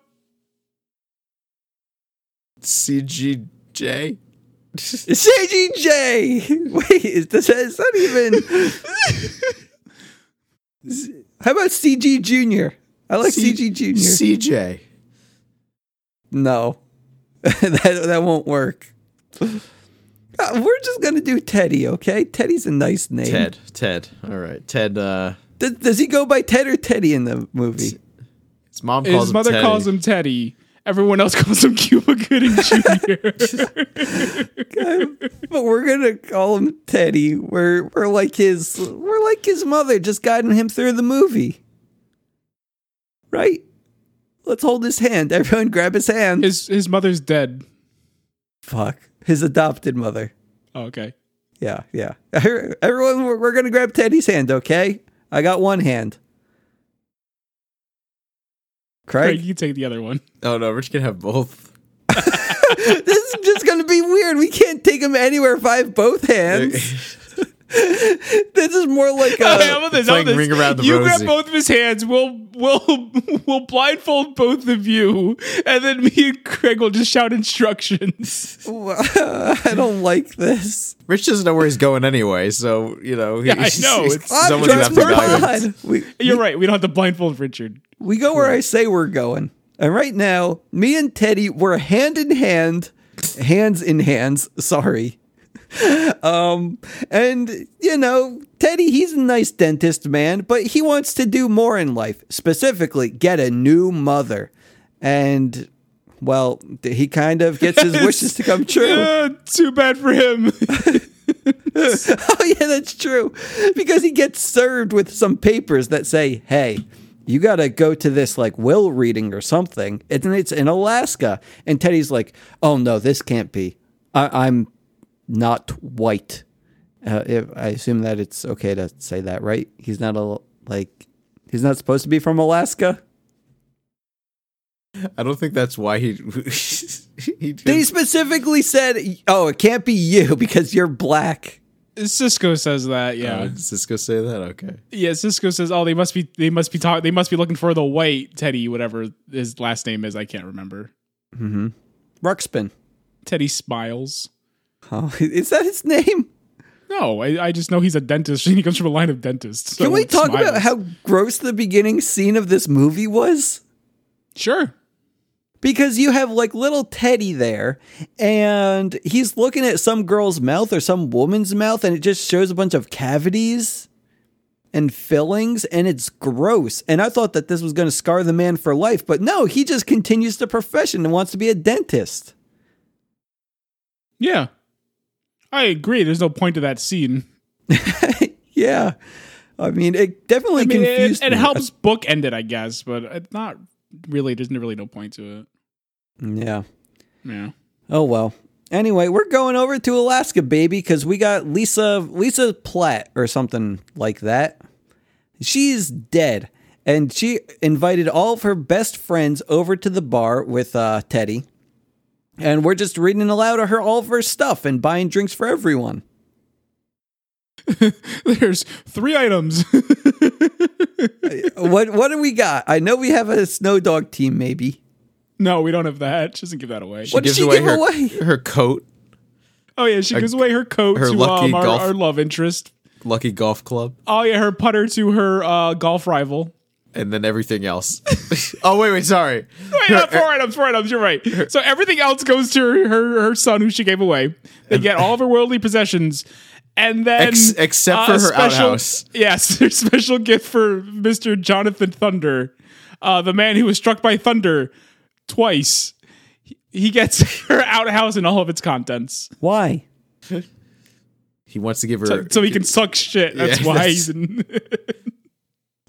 [SPEAKER 2] CGJ?
[SPEAKER 1] cgj *laughs* wait is this is that
[SPEAKER 2] *laughs*
[SPEAKER 1] even how about cg junior i like
[SPEAKER 2] C-
[SPEAKER 1] cg junior
[SPEAKER 2] CJ.
[SPEAKER 1] no *laughs* that, that won't work Uh, we're just gonna do teddy okay teddy's a nice name
[SPEAKER 2] Ted. Ted. All right. Ted. Uh,
[SPEAKER 1] Does, does he go by Ted or Teddy in the movie?
[SPEAKER 2] his mom calls
[SPEAKER 3] His
[SPEAKER 2] him
[SPEAKER 3] mother
[SPEAKER 2] Teddy.
[SPEAKER 3] calls him Teddy. Everyone else *laughs* calls him Cuba Gooding
[SPEAKER 1] *laughs*
[SPEAKER 3] Jr.
[SPEAKER 1] But we're gonna call him Teddy. We're we're like his we're like his mother, just guiding him through the movie. Right? Let's hold his hand. *laughs* Everyone grab his hand.
[SPEAKER 3] his his mother's dead.
[SPEAKER 1] Fuck. His adopted mother.
[SPEAKER 3] Oh, okay.
[SPEAKER 1] Yeah, yeah. Everyone we're, we're gonna grab Teddy's hand, okay? I got one hand.
[SPEAKER 3] Craig,
[SPEAKER 1] Craig,
[SPEAKER 3] you take the other one.
[SPEAKER 2] Oh no, Rich can have both.
[SPEAKER 1] *laughs* this is just gonna be weird. We can't take him anywhere if I have both hands. *laughs* this is more
[SPEAKER 3] *laughs*
[SPEAKER 1] like a,
[SPEAKER 3] Hey, I'm with this, I'm with
[SPEAKER 2] playing
[SPEAKER 3] this.
[SPEAKER 2] Ring Around the
[SPEAKER 3] you grab
[SPEAKER 2] Rosie.
[SPEAKER 3] both of his hands. We'll we'll *laughs* we'll blindfold both of you, and then me and Craig will just shout instructions. *laughs*
[SPEAKER 1] I don't like this.
[SPEAKER 2] Rich doesn't know where he's going anyway, so you know. He,
[SPEAKER 3] Yeah, I know, it's-
[SPEAKER 1] I'm
[SPEAKER 2] someone's gonna have to
[SPEAKER 1] drunk for
[SPEAKER 2] guide him.
[SPEAKER 1] pod. We,
[SPEAKER 3] You're right. We don't have to blindfold Richard.
[SPEAKER 1] we go where I say we're going. And right now, me and Teddy were hand in hand, hands in hands, *laughs* sorry. um, and you know, Teddy, he's a nice dentist man, but he wants to do more in life, specifically get a new mother. And well, he kind of gets
[SPEAKER 2] *laughs*
[SPEAKER 1] his wishes to come true.
[SPEAKER 3] Uh, *laughs* too bad for him.
[SPEAKER 1] *laughs* oh yeah, that's true. Because he gets served with some papers that say, "Hey, you got to go to this like will reading or something." And it's in Alaska. And Teddy's like, "Oh no, this can't be. I- I'm not white." Uh, if- I assume that it's okay to say that, right? He's not a like. He's not supposed to be from Alaska.
[SPEAKER 2] I don't think that's why he. *laughs*
[SPEAKER 1] They
[SPEAKER 2] he did.
[SPEAKER 1] specifically said, "Oh, it can't be you because you're black."
[SPEAKER 3] *laughs* Cisco says that. Yeah.
[SPEAKER 2] Uh, Cisco say that? Okay.
[SPEAKER 3] Yeah, Cisco says, "Oh, they must be, they must be talk, they must be looking for the white Teddy, whatever his last name is. I can't remember."
[SPEAKER 1] Ruxpin.
[SPEAKER 3] Teddy smiles.
[SPEAKER 1] Oh, *laughs* is that his name?
[SPEAKER 3] No, I, I just know he's a dentist, *laughs* and he comes from a line of dentists. so
[SPEAKER 1] Can we talk
[SPEAKER 3] smiles.
[SPEAKER 1] about how gross the beginning scene of this movie was?
[SPEAKER 3] Sure.
[SPEAKER 1] Because you have like little Teddy there, and he's looking at some girl's mouth or some woman's mouth, and it just shows a bunch of cavities and fillings, and it's gross. And I thought that this was going to scar the man for life, but no, he just continues the profession and wants to be a dentist.
[SPEAKER 3] Yeah, I agree. There's no point to that scene.
[SPEAKER 1] yeah. I mean, it definitely
[SPEAKER 3] I mean, it,
[SPEAKER 1] confused
[SPEAKER 3] it
[SPEAKER 1] me.
[SPEAKER 3] helps bookend it, I guess, but it's not really. There's really no point to it.
[SPEAKER 1] Yeah.
[SPEAKER 3] Yeah. *laughs*
[SPEAKER 1] Oh well. Anyway, we're going over to Alaska, baby, because we got Lisa Lisa Platt or something like that. She's dead, and she invited all of her best friends over to the bar with uh, Teddy, and we're just reading aloud her all of her stuff and buying drinks for everyone.
[SPEAKER 3] There's three items. *laughs*
[SPEAKER 1] what what do we got? I know we have a snow dog team, maybe.
[SPEAKER 3] no, we don't have that. She doesn't give that away.
[SPEAKER 1] What did she give
[SPEAKER 2] her,
[SPEAKER 1] away?
[SPEAKER 2] Her coat,
[SPEAKER 3] Oh yeah, she gives away her coat
[SPEAKER 2] her
[SPEAKER 3] to
[SPEAKER 2] lucky
[SPEAKER 3] um, our,
[SPEAKER 2] golf-
[SPEAKER 3] our love interest.
[SPEAKER 2] lucky golf club,
[SPEAKER 3] Oh yeah, her putter to her uh, golf rival.
[SPEAKER 2] and then everything else. *laughs* oh wait, wait, sorry.
[SPEAKER 3] *laughs* Wait, no, four items, four items. You're right.
[SPEAKER 2] *laughs*
[SPEAKER 3] So everything else goes to her, her, her son, who she gave away. They get all of her worldly possessions, and then
[SPEAKER 2] Ex- except for
[SPEAKER 3] a
[SPEAKER 2] her
[SPEAKER 3] special-
[SPEAKER 2] outhouse.
[SPEAKER 3] Yes, *laughs* her special gift for Mister Jonathan Thunder, uh, the man who was struck by thunder twice. He- He gets *laughs* her outhouse and all of its contents,
[SPEAKER 1] Why?
[SPEAKER 2] He wants to give her.
[SPEAKER 3] so he can suck shit. That's
[SPEAKER 2] Yeah,
[SPEAKER 3] why
[SPEAKER 2] that's-
[SPEAKER 3] he's in.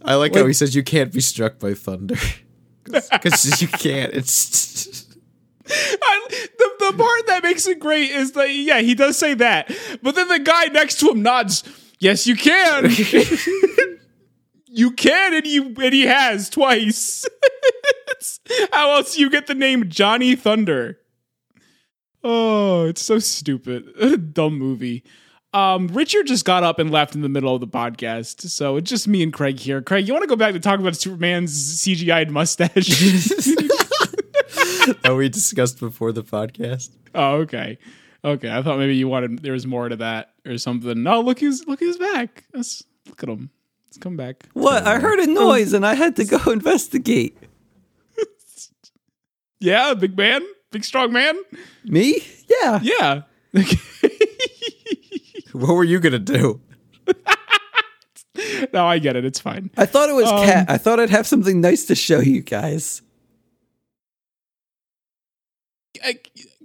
[SPEAKER 2] I like how
[SPEAKER 1] Wait.
[SPEAKER 2] he says you can't be struck by thunder because you can't. It's
[SPEAKER 3] I, the, the part that makes it great is that yeah he does say that but then the guy next to him nods yes you can you can and you and he has twice *laughs* It's- how else you get the name johnny thunder oh it's so stupid *laughs* What a dumb movie um, Richard just got up and left in the middle of the podcast, so it's just me and Craig here. Craig, you want to go back to talk about Superman's CGI'd mustache?
[SPEAKER 2] *laughs* that we discussed before the podcast.
[SPEAKER 3] Oh, okay. Okay. I thought maybe you wanted there was more to that or something. No, look who's look who's back. Let's look at him. Let's come back.
[SPEAKER 1] What? I heard a
[SPEAKER 2] Oh.
[SPEAKER 1] noise and I had to go *laughs* investigate.
[SPEAKER 3] Yeah, big man, big strong man.
[SPEAKER 1] Me? Yeah.
[SPEAKER 3] Yeah.
[SPEAKER 2] What were you gonna do?
[SPEAKER 3] no, I get it. It's fine.
[SPEAKER 1] I thought it was
[SPEAKER 3] Um,
[SPEAKER 1] cat. I thought I'd have something nice to show you guys.
[SPEAKER 3] I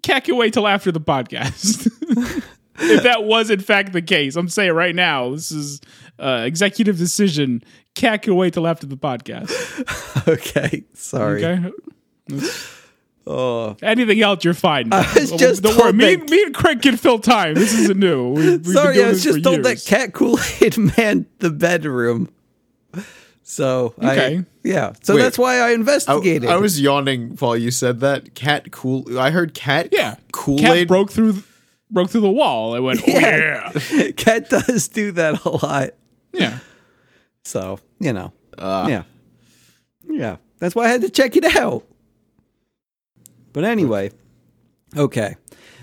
[SPEAKER 3] can't wait till after the podcast. *laughs* if that was in fact the case, I'm saying right now, this is uh, executive decision. Can't wait till after the podcast.
[SPEAKER 1] *laughs* Okay, sorry.
[SPEAKER 3] Okay. Oh. Anything else, you're fine.
[SPEAKER 1] *laughs*
[SPEAKER 3] I
[SPEAKER 1] was just
[SPEAKER 3] Don't worry.
[SPEAKER 1] told
[SPEAKER 3] Me,
[SPEAKER 1] that-
[SPEAKER 3] me and Craig can fill time. This isn't new. We, we've been
[SPEAKER 1] Sorry,
[SPEAKER 3] doing
[SPEAKER 1] I was
[SPEAKER 3] this
[SPEAKER 1] just
[SPEAKER 3] for
[SPEAKER 1] told
[SPEAKER 3] years.
[SPEAKER 1] that Cat Kool Aid *laughs* manned the bedroom. So I
[SPEAKER 3] Okay.
[SPEAKER 1] yeah. So
[SPEAKER 2] Wait.
[SPEAKER 1] that's why I
[SPEAKER 2] I,
[SPEAKER 1] investigated. *laughs*
[SPEAKER 2] I was yawning while you said that. Cat cool. I heard cat.
[SPEAKER 3] Yeah,
[SPEAKER 2] Kool
[SPEAKER 3] Cat
[SPEAKER 2] Aid.
[SPEAKER 3] broke through th- broke through the wall. I went, oh, yeah,
[SPEAKER 1] Cat does do that a lot.
[SPEAKER 3] yeah.
[SPEAKER 1] So you know. yeah. Yeah. That's why I had to check it out. But anyway, okay.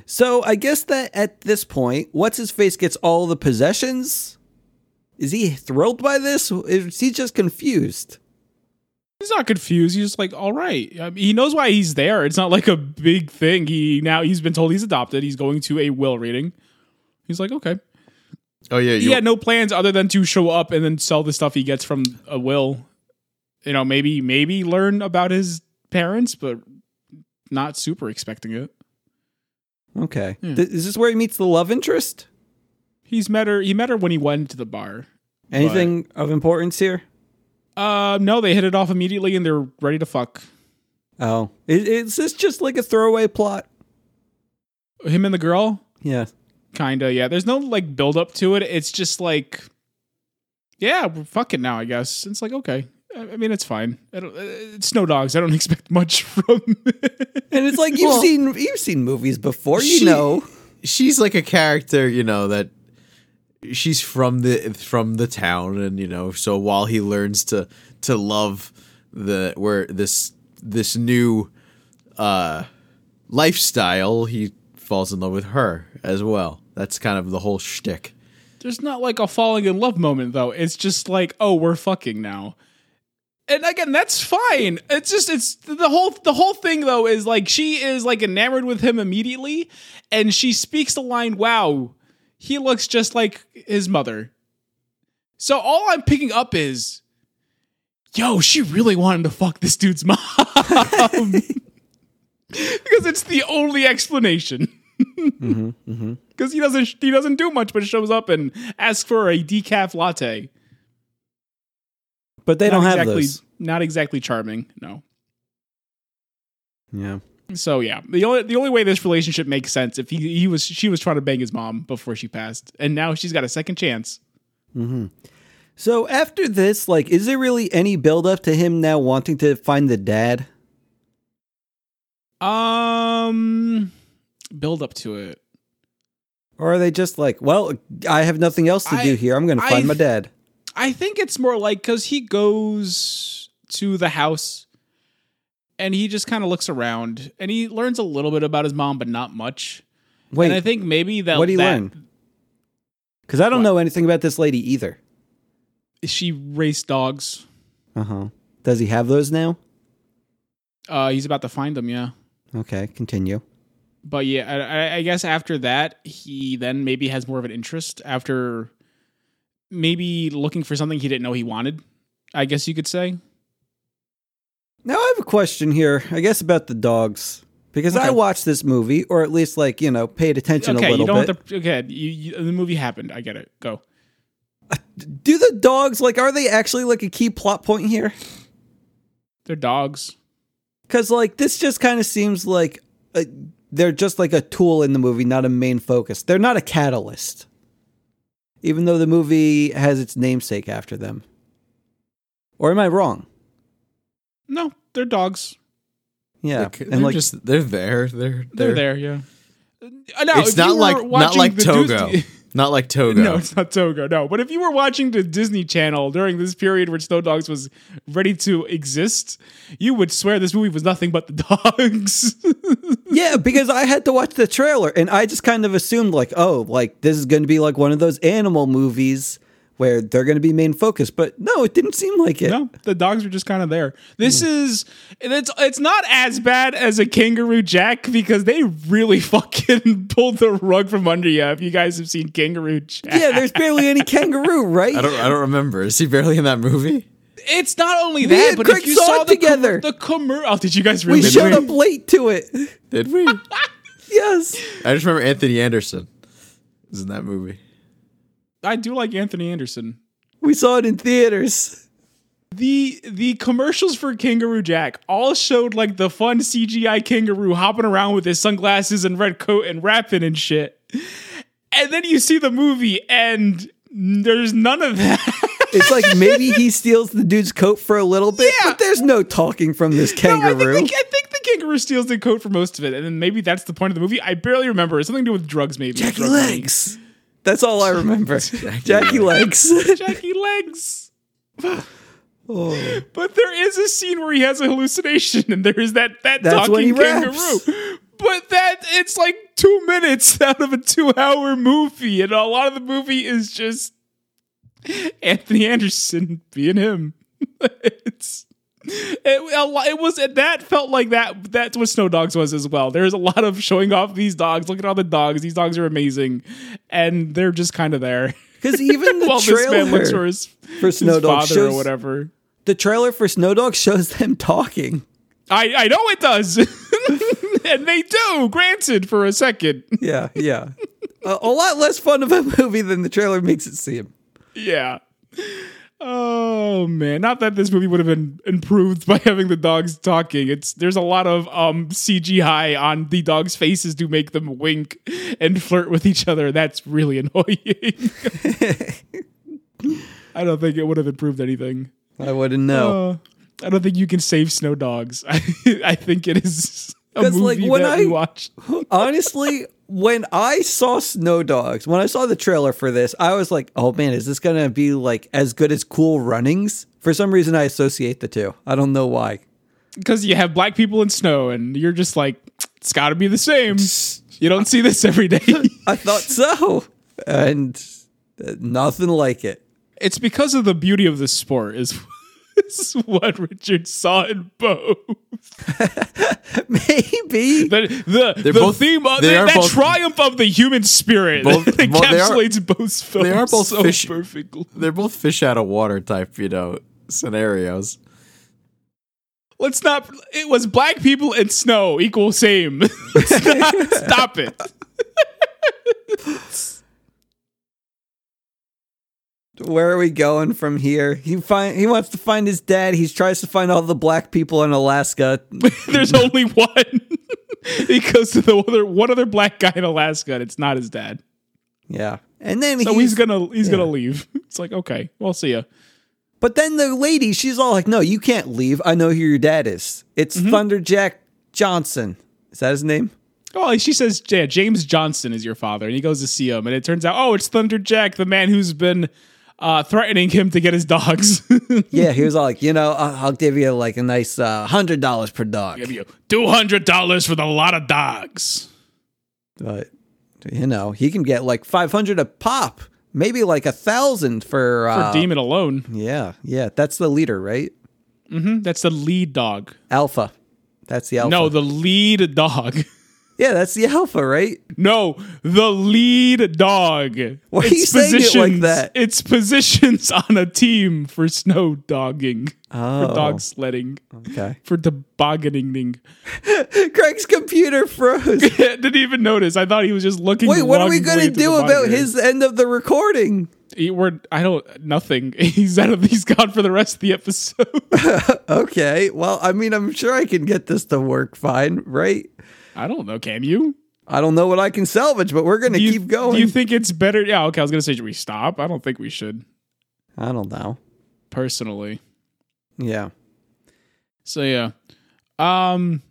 [SPEAKER 1] So I guess that at this point, what's his face gets all the possessions. Is he thrilled by this? Is he just confused?
[SPEAKER 3] He's not confused. He's just like, all right. I mean, he knows why he's there. It's not like a big thing. He now he's been told he's adopted. He's going to a will reading. He's like, okay.
[SPEAKER 2] Oh yeah.
[SPEAKER 3] He
[SPEAKER 2] You,
[SPEAKER 3] had no plans other than to show up and then sell the stuff he gets from a will. You know, maybe maybe learn about his parents, but not super expecting it.
[SPEAKER 1] Okay. Th- is this where he meets the love interest?
[SPEAKER 3] He's met her. He met her when he went to the bar.
[SPEAKER 1] Anything of importance here?
[SPEAKER 3] Uh, no, they hit it off immediately and they're ready to fuck.
[SPEAKER 1] Oh, is, is this just like a throwaway plot?
[SPEAKER 3] Him and the girl.
[SPEAKER 1] Yeah.
[SPEAKER 3] Kinda, yeah. There's no like build up to it. It's just like, yeah, we're fucking now, I guess. It's like okay. I I mean, it's fine. I don't, uh, it's no dogs. I don't *laughs* expect much from.
[SPEAKER 1] And it's like you've seen you've seen movies before, you
[SPEAKER 2] she-
[SPEAKER 1] know.
[SPEAKER 2] she's like a character, you know that. She's from the from the town, and you know. So while he learns to to love the where this this new uh lifestyle, he falls in love with her as well. That's kind of the whole shtick.
[SPEAKER 3] There's not like a falling in love moment though. It's just like, oh, we're fucking now. And again, that's fine. It's just it's the whole the whole thing though is like she is like enamored with him immediately, and she speaks the line, "Wow, he looks just like his mother." So all I'm picking up is, yo, she really wanted to fuck this dude's *laughs* mom because it's the only explanation. Because he doesn't he doesn't do much, but shows up and asks for a decaf latte.
[SPEAKER 1] But they don't have
[SPEAKER 3] exactly,
[SPEAKER 1] those.
[SPEAKER 3] Not exactly charming. No.
[SPEAKER 1] Yeah.
[SPEAKER 3] So yeah, the only the only way this relationship makes sense if he he was she was trying to bang his mom before she passed, and now she's got a second chance.
[SPEAKER 1] So after this, like, is there really any build up to him now wanting to find the dad?
[SPEAKER 3] Um, build up to it.
[SPEAKER 1] Or are they just like, well, I have nothing else to
[SPEAKER 3] I-
[SPEAKER 1] do here. I'm going to
[SPEAKER 3] I
[SPEAKER 1] find my
[SPEAKER 3] th-
[SPEAKER 1] dad.
[SPEAKER 3] I think it's more like because he goes to the house and he just kind of looks around and he learns a little bit about his mom, but not much.
[SPEAKER 1] Wait,
[SPEAKER 3] and I think maybe that
[SPEAKER 1] what do you
[SPEAKER 3] that,
[SPEAKER 1] learn? Because I don't know anything about this lady either.
[SPEAKER 3] She raced dogs.
[SPEAKER 1] Uh huh. Does he have those now?
[SPEAKER 3] Uh, he's about to find them. Yeah.
[SPEAKER 1] Okay, continue.
[SPEAKER 3] but yeah, I, I- I guess after that, he then maybe has more of an interest after maybe looking for something he didn't know he wanted. I guess you could say.
[SPEAKER 1] Now I have a question here. I guess about the dogs because I
[SPEAKER 3] Okay.
[SPEAKER 1] watched this movie, or at least like you know, paid attention a
[SPEAKER 3] Okay,
[SPEAKER 1] little
[SPEAKER 3] you don't
[SPEAKER 1] bit.
[SPEAKER 3] have to. Okay, you, you, the movie happened. I get it. Go.
[SPEAKER 1] Do the dogs like are they actually like a key plot point here?
[SPEAKER 3] They're dogs.
[SPEAKER 1] Because like this just kind of seems like a, they're just like a tool in the movie, not a main focus. They're not a catalyst, even though the movie has its namesake after them. Or am I wrong?
[SPEAKER 3] No, they're dogs.
[SPEAKER 1] Yeah,
[SPEAKER 2] Like, they're
[SPEAKER 1] and like
[SPEAKER 2] just they're there. They're
[SPEAKER 3] They're, there. Yeah. Uh, no,
[SPEAKER 2] It's
[SPEAKER 3] if you
[SPEAKER 2] not
[SPEAKER 3] were
[SPEAKER 2] like not
[SPEAKER 3] watching
[SPEAKER 2] like
[SPEAKER 3] the
[SPEAKER 2] Togo.
[SPEAKER 3] Disney-
[SPEAKER 2] *laughs*
[SPEAKER 3] *laughs*
[SPEAKER 2] Not like Togo.
[SPEAKER 3] No, it's not Togo. No, but if you were watching the Disney Channel during this period where Snow Dogs was ready to exist, you would swear this movie was nothing but the *laughs* dogs.
[SPEAKER 1] yeah, because I had to watch the trailer and I just kind of assumed like, oh, like this is going to be like one of those animal movies where they're going to be main focus, but no, it didn't seem like it.
[SPEAKER 3] No, the dogs were just kind of there. This is and it's it's not as bad as a Kangaroo Jack because they really *laughs* fucking pulled the rug from under you. If you guys have seen Kangaroo Jack,
[SPEAKER 2] *laughs*
[SPEAKER 1] Yeah, there's barely any kangaroo, right?
[SPEAKER 2] I don't. I don't remember. Is he barely in that movie?
[SPEAKER 3] It's not only
[SPEAKER 1] Me
[SPEAKER 3] that,
[SPEAKER 1] and
[SPEAKER 3] but
[SPEAKER 1] Craig
[SPEAKER 3] if you
[SPEAKER 1] saw
[SPEAKER 3] saw
[SPEAKER 1] it
[SPEAKER 3] the com-
[SPEAKER 1] together.
[SPEAKER 3] the commercial. Oh, did you guys
[SPEAKER 1] We
[SPEAKER 3] really?
[SPEAKER 1] showed up late to it.
[SPEAKER 3] *laughs*
[SPEAKER 2] Did we?
[SPEAKER 1] Yes.
[SPEAKER 2] I just remember Anthony Anderson is in that movie.
[SPEAKER 3] I do like Anthony Anderson.
[SPEAKER 1] We saw it in theaters.
[SPEAKER 3] The the commercials for Kangaroo Jack all showed like the fun CGI kangaroo hopping around with his sunglasses and red coat and rapping and shit. And then you see the movie and there's none of that.
[SPEAKER 1] It's like
[SPEAKER 3] *laughs*
[SPEAKER 1] maybe he steals the dude's coat for a little bit,
[SPEAKER 3] Yeah.
[SPEAKER 1] but there's no talking from
[SPEAKER 3] *laughs*
[SPEAKER 1] this
[SPEAKER 3] I
[SPEAKER 1] kangaroo.
[SPEAKER 3] think, the, I think the kangaroo steals the coat for most of it, and then maybe that's the point of the movie. I barely remember. It's something to do with drugs, maybe.
[SPEAKER 1] Jackie
[SPEAKER 3] Drug money.
[SPEAKER 1] Legs.
[SPEAKER 3] *laughs*
[SPEAKER 1] That's all I remember. Jackie Legs. *laughs* Oh.
[SPEAKER 3] Jackie Legs. But there is a scene where he has a hallucination, and there is that that
[SPEAKER 1] That's when
[SPEAKER 3] talking
[SPEAKER 1] he raps.
[SPEAKER 3] kangaroo. But that it's like two minutes *laughs* out of a two-hour movie, and a lot of the movie is just Anthony Anderson being him. *laughs* it's it, a lot, it was that felt like that. That's what Snow Dogs was as well. There's a lot of showing off these dogs. Look at all the dogs. These dogs are amazing, and they're just kind of there. *laughs*
[SPEAKER 1] Because even the
[SPEAKER 3] Well, this
[SPEAKER 1] trailer
[SPEAKER 3] man looks for his,
[SPEAKER 1] for
[SPEAKER 3] his
[SPEAKER 1] Snow Dog
[SPEAKER 3] father
[SPEAKER 1] shows-
[SPEAKER 3] or whatever.
[SPEAKER 1] the trailer for Snow Dog shows them talking.
[SPEAKER 3] I, I know it does. *laughs* and they do, granted, for a second. *laughs*
[SPEAKER 1] Yeah, yeah. a, a lot less fun of a *laughs* movie than the trailer makes it seem.
[SPEAKER 3] yeah. Oh man. Not that this movie would have been improved *laughs* by having the dogs talking. It's there's a lot of um CGI on the dogs' faces to make them wink and flirt with each other. That's really *laughs*
[SPEAKER 1] *laughs*
[SPEAKER 3] annoying. I don't think it would have improved anything.
[SPEAKER 1] I wouldn't know.
[SPEAKER 3] Uh, I don't think you can save snow dogs. *laughs* I, I think it is a
[SPEAKER 1] 'Cause,
[SPEAKER 3] movie
[SPEAKER 1] like, when
[SPEAKER 3] that
[SPEAKER 1] I-
[SPEAKER 3] we watched.
[SPEAKER 1] Honestly, when I saw Snow Dogs, when I saw the trailer for this, I was like, "Oh man, is this gonna be like as good as Cool Runnings?" For some reason, I associate the two. I don't know why.
[SPEAKER 3] Because you have black people in snow, and you're just like, it's got to be the same. You don't see this every day. *laughs*
[SPEAKER 1] I thought so, and uh, nothing like it. *laughs*
[SPEAKER 3] it's because of the beauty of the sport, is, *laughs* is what Richard saw in both.
[SPEAKER 1] Maybe
[SPEAKER 3] The, the, the
[SPEAKER 2] both-
[SPEAKER 3] theme of
[SPEAKER 2] they
[SPEAKER 3] the,
[SPEAKER 2] are
[SPEAKER 3] that
[SPEAKER 2] both-
[SPEAKER 3] triumph of the human spirit
[SPEAKER 2] Both-
[SPEAKER 3] *laughs* that
[SPEAKER 2] well, they are-
[SPEAKER 3] encapsulates both films
[SPEAKER 2] they are both
[SPEAKER 3] so
[SPEAKER 2] fish-
[SPEAKER 3] perfectly.
[SPEAKER 2] They're both fish out of water type, you know, scenarios.
[SPEAKER 3] Let's not. It was black people and snow equal same. *laughs* Let's not- stop it.
[SPEAKER 1] where are we going from here? He find he wants to find his dad. He tries to find all the black people in Alaska. *laughs*
[SPEAKER 3] *laughs* There's only one. *laughs* he goes to the other one other black guy in Alaska, and it's not his dad.
[SPEAKER 1] Yeah, and then
[SPEAKER 3] So
[SPEAKER 1] he's,
[SPEAKER 3] he's gonna he's gonna leave. *laughs* It's like okay, we'll see ya.
[SPEAKER 1] But then the lady, she's all like, "No, you can't leave. I know who your dad is. It's
[SPEAKER 3] Mm-hmm.
[SPEAKER 1] Thunderjack Johnson. Is that his name?
[SPEAKER 3] Oh, she says, yeah, James Johnson is your father, and he goes to see him, and it turns out, oh, it's Thunder Jack, the man who's been uh, threatening him to get his dogs. *laughs*
[SPEAKER 1] Yeah." He was all like, "You know, I'll, I'll give you like a nice uh, hundred dollars per dog,
[SPEAKER 3] Give you two hundred dollars for the lot of dogs.
[SPEAKER 1] but you know, he can get like five hundred a pop, maybe like a thousand for,
[SPEAKER 3] For
[SPEAKER 1] uh,
[SPEAKER 3] Demon alone,
[SPEAKER 1] yeah, yeah. That's the leader, right?
[SPEAKER 3] Hmm, that's the lead dog.
[SPEAKER 1] Alpha. That's the alpha.
[SPEAKER 3] No, the lead dog. *laughs*
[SPEAKER 1] yeah, that's the alpha, right?
[SPEAKER 3] No, the lead dog.
[SPEAKER 1] Why are you saying it like that?
[SPEAKER 3] It's positions on a team for snow dogging,
[SPEAKER 1] Oh.
[SPEAKER 3] for dog sledding,
[SPEAKER 1] Okay. *laughs*
[SPEAKER 3] for *laughs* tobogganing.
[SPEAKER 1] Craig's computer froze.
[SPEAKER 3] Didn't even notice. I thought *laughs* he was just looking.
[SPEAKER 1] Wait, what are we
[SPEAKER 3] logging
[SPEAKER 1] gonna
[SPEAKER 3] away to
[SPEAKER 1] do
[SPEAKER 3] the
[SPEAKER 1] about
[SPEAKER 3] monitor.
[SPEAKER 1] his end of the recording?
[SPEAKER 3] He, we're, I don't. Nothing. *laughs* He's out of. He's gone for the rest of the episode. *laughs*
[SPEAKER 1] Okay. Well, I mean, I'm sure I can get this to work fine, right?
[SPEAKER 3] I don't know. Can you?
[SPEAKER 1] I don't know what I can salvage, but we're going to
[SPEAKER 3] Do you
[SPEAKER 1] keep going.
[SPEAKER 3] Do you think it's better? Yeah. Okay. I was gonna say, should we stop? I don't think we should.
[SPEAKER 1] I don't know.
[SPEAKER 3] Personally.
[SPEAKER 1] Yeah.
[SPEAKER 3] So yeah. Um.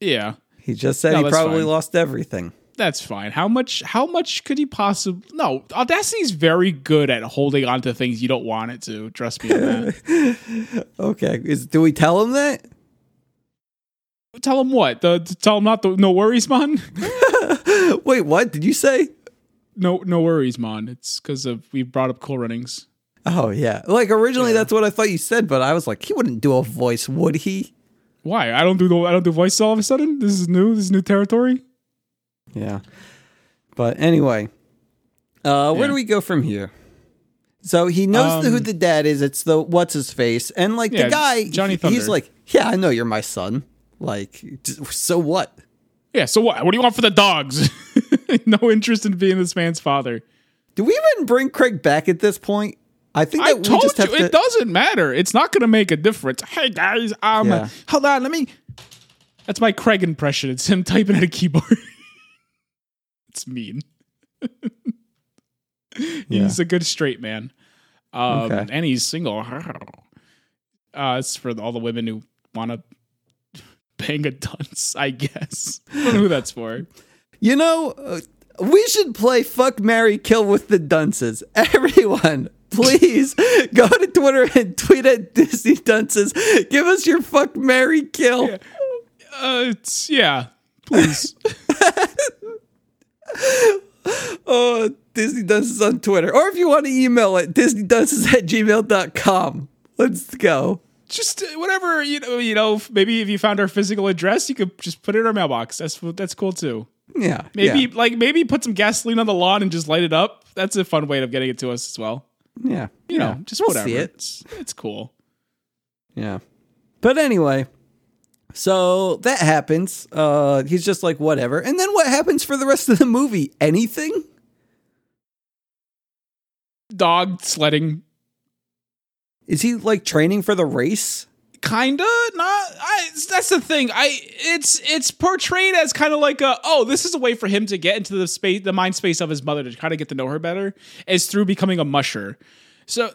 [SPEAKER 3] Yeah.
[SPEAKER 1] He just said
[SPEAKER 3] No,
[SPEAKER 1] he
[SPEAKER 3] that's
[SPEAKER 1] probably
[SPEAKER 3] fine.
[SPEAKER 1] lost everything.
[SPEAKER 3] that's fine. How much how much could he possibly No, Audacity's very good at holding on to things you don't want it to. Trust me on that.
[SPEAKER 1] Okay. Is, do we tell him that? *laughs*
[SPEAKER 3] tell him what? The, to tell him not the no worries, man?
[SPEAKER 1] Wait, what did you say?
[SPEAKER 3] *laughs* No no worries, man. It's cuz of we brought up cool runnings.
[SPEAKER 1] Oh, yeah. Like originally, that's what I thought you said, but I was like, he wouldn't do a voice, would he?
[SPEAKER 3] Why? I don't do the I don't do voice all of a sudden? This is new. This is new territory.
[SPEAKER 1] Yeah. But anyway, uh, where
[SPEAKER 3] Yeah. Um,
[SPEAKER 1] do we go from here? So he knows who the dad is. It's the what's his face, and like
[SPEAKER 3] Yeah,
[SPEAKER 1] the guy,
[SPEAKER 3] Johnny
[SPEAKER 1] he- he's
[SPEAKER 3] Thunder.
[SPEAKER 1] like, yeah, I know you're my son. Like, d- so what?
[SPEAKER 3] Yeah, so what? What do you want for the dogs? *laughs* no interest in being this man's father.
[SPEAKER 1] Do we even bring Craig back at this point? I think
[SPEAKER 3] I
[SPEAKER 1] that we
[SPEAKER 3] told
[SPEAKER 1] just
[SPEAKER 3] you
[SPEAKER 1] have
[SPEAKER 3] it
[SPEAKER 1] to.
[SPEAKER 3] doesn't matter. It's not going to make a difference. Hey guys, um,
[SPEAKER 1] Yeah.
[SPEAKER 3] hold on, let me. That's my Craig impression. It's him *laughs* typing at a keyboard. it's mean. *laughs* He's a good straight man, um,
[SPEAKER 1] Okay.
[SPEAKER 3] and he's single. *laughs* Uh, it's for all the women who want to *laughs* bang a dunce, I guess. *laughs* I don't know who that's for.
[SPEAKER 1] You know, uh, we should play Fuck Mary Kill with the Dunces. *laughs* Everyone, please go to Twitter and tweet at Disney Dunces. Give us your Fuck Mary Kill.
[SPEAKER 3] Uh, it's yeah.
[SPEAKER 1] *laughs*
[SPEAKER 3] Please.
[SPEAKER 1] Oh, Disney Dunces on Twitter. Or if you want to email it, disneydunces at gmail.com. Let's go.
[SPEAKER 3] just uh, whatever you know. You know, f- maybe if you found our physical address, you could just put it in our mailbox. That's f- that's cool too.
[SPEAKER 1] Yeah.
[SPEAKER 3] Maybe like maybe put some gasoline on the lawn and just light it up. That's a fun way of getting it to us as well.
[SPEAKER 1] Yeah. yeah.
[SPEAKER 3] You know, just
[SPEAKER 1] We'll
[SPEAKER 3] whatever.
[SPEAKER 1] see it.
[SPEAKER 3] It's, it's cool.
[SPEAKER 1] Yeah. But anyway, so that happens. Uh he's just like whatever. And then what happens for the rest of the movie? Anything?
[SPEAKER 3] Dog sledding,
[SPEAKER 1] Is he like training for the race?
[SPEAKER 3] kinda not. I, that's the thing. I it's it's portrayed as kind of like a oh, this is a way for him to get into the space, the mind space of his mother to kind of get to know her better, is through becoming a musher. So,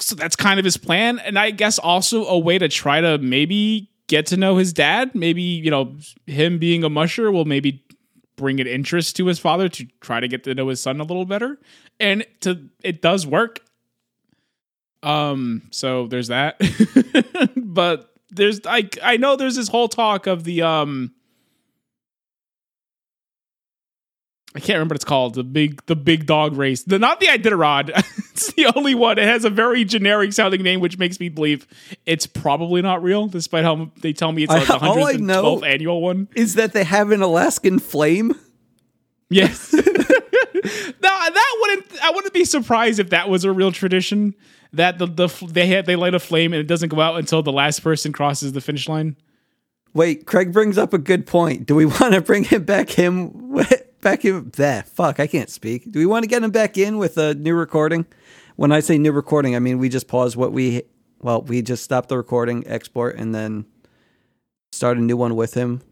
[SPEAKER 3] so that's kind of his plan, and I guess also a way to try to maybe get to know his dad. Maybe you know him being a musher will maybe bring an interest to his father to try to get to know his son a little better, and to it does work. Um, so there's that, *laughs* but there's I I know there's this whole talk of the um. I can't remember what it's called. The big the big dog race. The not the Iditarod. *laughs* it's the only one. It has a very generic sounding name, which makes me believe it's probably not real, despite how they tell me it's
[SPEAKER 1] I-
[SPEAKER 3] like the
[SPEAKER 1] *laughs* all I
[SPEAKER 3] 112th
[SPEAKER 1] know-
[SPEAKER 3] annual one.
[SPEAKER 1] Is that they have an Alaskan flame? *laughs*
[SPEAKER 3] Yes. no, that wouldn't. I wouldn't be surprised if that was a real tradition. That the the fl- they had they light a flame and it doesn't go out until the last person crosses the finish line.
[SPEAKER 1] Wait, Craig brings up a good point. Do we *laughs* want to bring him back him back him that fuck, I can't speak. Do we want to get him back in with a new recording? When I say new recording, I mean we just pause what we well, we just stop the recording, export and then start a new one with him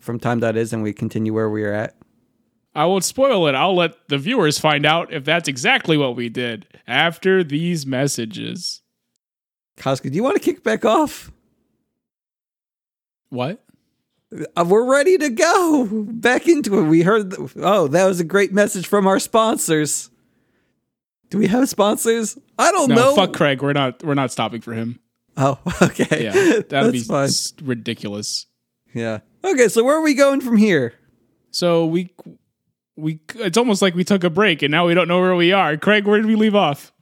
[SPEAKER 1] from time that is and we continue where we are at.
[SPEAKER 3] I won't spoil it. I'll let the viewers find out if that's exactly what we did after these messages.
[SPEAKER 1] Costco, do you want to kick back off?
[SPEAKER 3] What?
[SPEAKER 1] Uh, We're ready to go back into it. We heard. th- oh, that was a great message from our sponsors. Do we have sponsors? I don't
[SPEAKER 3] No,
[SPEAKER 1] know.
[SPEAKER 3] fuck Craig. We're not we're not stopping for
[SPEAKER 1] *laughs*
[SPEAKER 3] him.
[SPEAKER 1] Oh, okay.
[SPEAKER 3] Yeah, that
[SPEAKER 1] That's
[SPEAKER 3] would be
[SPEAKER 1] fine.
[SPEAKER 3] s- ridiculous.
[SPEAKER 1] Yeah. Okay, so where are we going from here?
[SPEAKER 3] So we we it's almost like we took a break and now we don't know where we are. Craig, where did we leave off?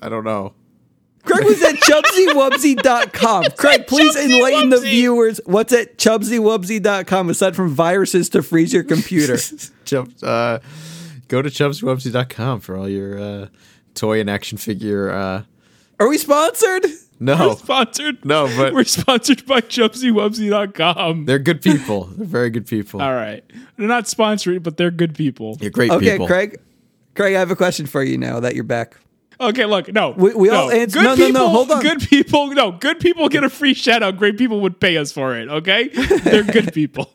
[SPEAKER 2] I don't know.
[SPEAKER 1] Craig was
[SPEAKER 3] *laughs*
[SPEAKER 1] at chubsywubsy.com. Craig, please
[SPEAKER 3] Chubsy
[SPEAKER 1] enlighten the
[SPEAKER 3] Wubsy.
[SPEAKER 1] viewers. What's at chubsywubsy.com aside from viruses to freeze
[SPEAKER 3] *laughs*
[SPEAKER 1] your *laughs* computer?
[SPEAKER 2] Jump, uh, go to chubbswebsy.com for all your uh, toy and action figure. Uh,
[SPEAKER 1] are we sponsored?
[SPEAKER 2] no,
[SPEAKER 3] sponsored.
[SPEAKER 2] No, but-
[SPEAKER 3] we're sponsored by chubbsywubsy.com.
[SPEAKER 2] they're good people. They're very good people.
[SPEAKER 3] All right. They're not sponsored, but they're good people.
[SPEAKER 2] You're great
[SPEAKER 1] Okay,
[SPEAKER 2] people.
[SPEAKER 1] Craig. Craig, I have a question for you now that you're back.
[SPEAKER 3] Okay, look, no.
[SPEAKER 1] We- we
[SPEAKER 3] no.
[SPEAKER 1] all answer-
[SPEAKER 3] Good
[SPEAKER 1] no, no, no,
[SPEAKER 3] people,
[SPEAKER 1] hold on.
[SPEAKER 3] Good people, no. Good people get a free shout out. Great people would pay us for it, okay? They're
[SPEAKER 1] *laughs*
[SPEAKER 3] good people.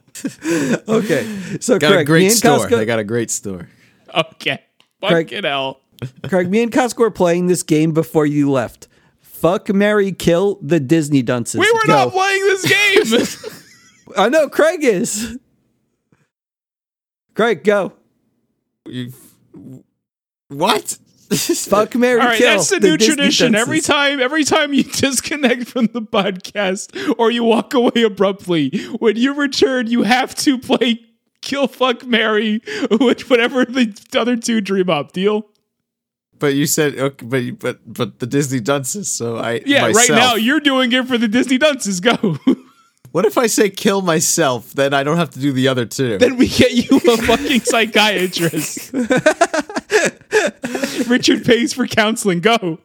[SPEAKER 1] Okay. So
[SPEAKER 2] Got
[SPEAKER 1] Craig,
[SPEAKER 2] a great
[SPEAKER 1] me and
[SPEAKER 2] store.
[SPEAKER 1] Costco,
[SPEAKER 2] They got a great store.
[SPEAKER 3] Okay.
[SPEAKER 1] Craig-
[SPEAKER 3] Fucking hell.
[SPEAKER 1] Craig, me and Costco were playing this game before you left. Fuck Mary Kill the Disney Dunces.
[SPEAKER 3] We were
[SPEAKER 1] Go.
[SPEAKER 3] not playing
[SPEAKER 1] *laughs*
[SPEAKER 3] this game.
[SPEAKER 1] I know Craig is. Craig, go.
[SPEAKER 2] You- what? *laughs*
[SPEAKER 1] Fuck Mary
[SPEAKER 3] All right,
[SPEAKER 1] Kill.
[SPEAKER 3] that's the new
[SPEAKER 1] Disney
[SPEAKER 3] tradition.
[SPEAKER 1] Dunces.
[SPEAKER 3] Every time, every time you *laughs* disconnect from the podcast or you walk away abruptly, when you return, you have to play Kill Fuck Mary with whatever the other two dream up. Deal?
[SPEAKER 2] But you said, okay, but but but the Disney dunces. So I
[SPEAKER 3] Yeah.
[SPEAKER 2] myself-
[SPEAKER 3] Right now, you're doing it for the Disney Dunces. Go. *laughs*
[SPEAKER 2] What if I say kill myself? Then I don't have to do the other
[SPEAKER 3] *laughs*
[SPEAKER 2] two.
[SPEAKER 3] then we get you a fucking psychiatrist. Richard pays for counseling. Go.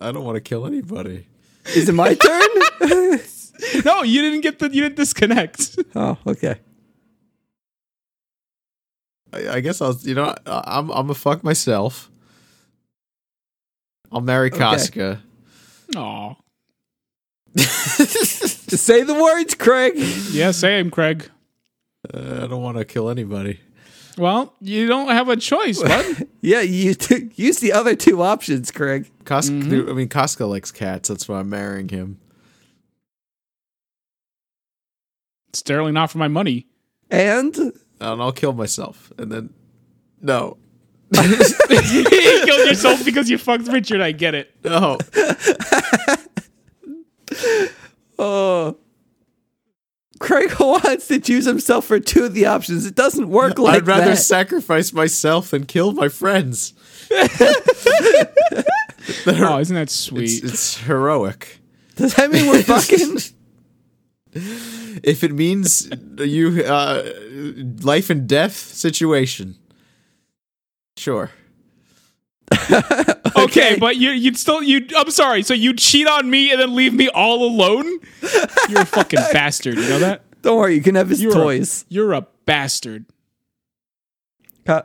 [SPEAKER 2] I don't want to kill anybody.
[SPEAKER 1] Is it my turn?
[SPEAKER 3] *laughs* No, you didn't get the. You didn't disconnect.
[SPEAKER 1] oh, okay.
[SPEAKER 2] I, I guess I'll. You know, I, I'm. I'm a fuck myself. I'll marry Casca.
[SPEAKER 3] Aw.
[SPEAKER 1] Say the words, Craig.
[SPEAKER 3] Yeah, same, Craig.
[SPEAKER 2] Uh, I don't want to kill anybody.
[SPEAKER 3] Well, you don't have a *laughs* choice, bud.
[SPEAKER 1] *laughs* Yeah, you t- use the other two options, Craig.
[SPEAKER 2] Casca. I mean, Casca likes cats. That's why I'm marrying him.
[SPEAKER 3] it's definitely not for my money. *laughs*
[SPEAKER 1] And
[SPEAKER 2] And I'll kill myself. And then, no,
[SPEAKER 3] you killed yourself because you fucked Richard. I get it.
[SPEAKER 2] no.
[SPEAKER 1] uh, Craig *laughs* wants to choose himself for two of the options. It doesn't work like
[SPEAKER 2] I'd rather
[SPEAKER 1] that.
[SPEAKER 2] sacrifice myself than kill my friends.
[SPEAKER 3] Oh, isn't that
[SPEAKER 2] It's,
[SPEAKER 3] sweet?
[SPEAKER 2] it's heroic.
[SPEAKER 1] Does that mean
[SPEAKER 3] *laughs*
[SPEAKER 1] we're fucking?
[SPEAKER 2] If it means *laughs* you uh, life and death situation, sure.
[SPEAKER 3] okay,
[SPEAKER 1] okay.
[SPEAKER 3] but you you'd still you. I'm sorry. So you cheat on me and then leave me all alone? You're a fucking bastard. You know that?
[SPEAKER 1] Don't worry, you can have his
[SPEAKER 3] You're
[SPEAKER 1] toys.
[SPEAKER 3] A, you're a bastard.
[SPEAKER 1] Ka-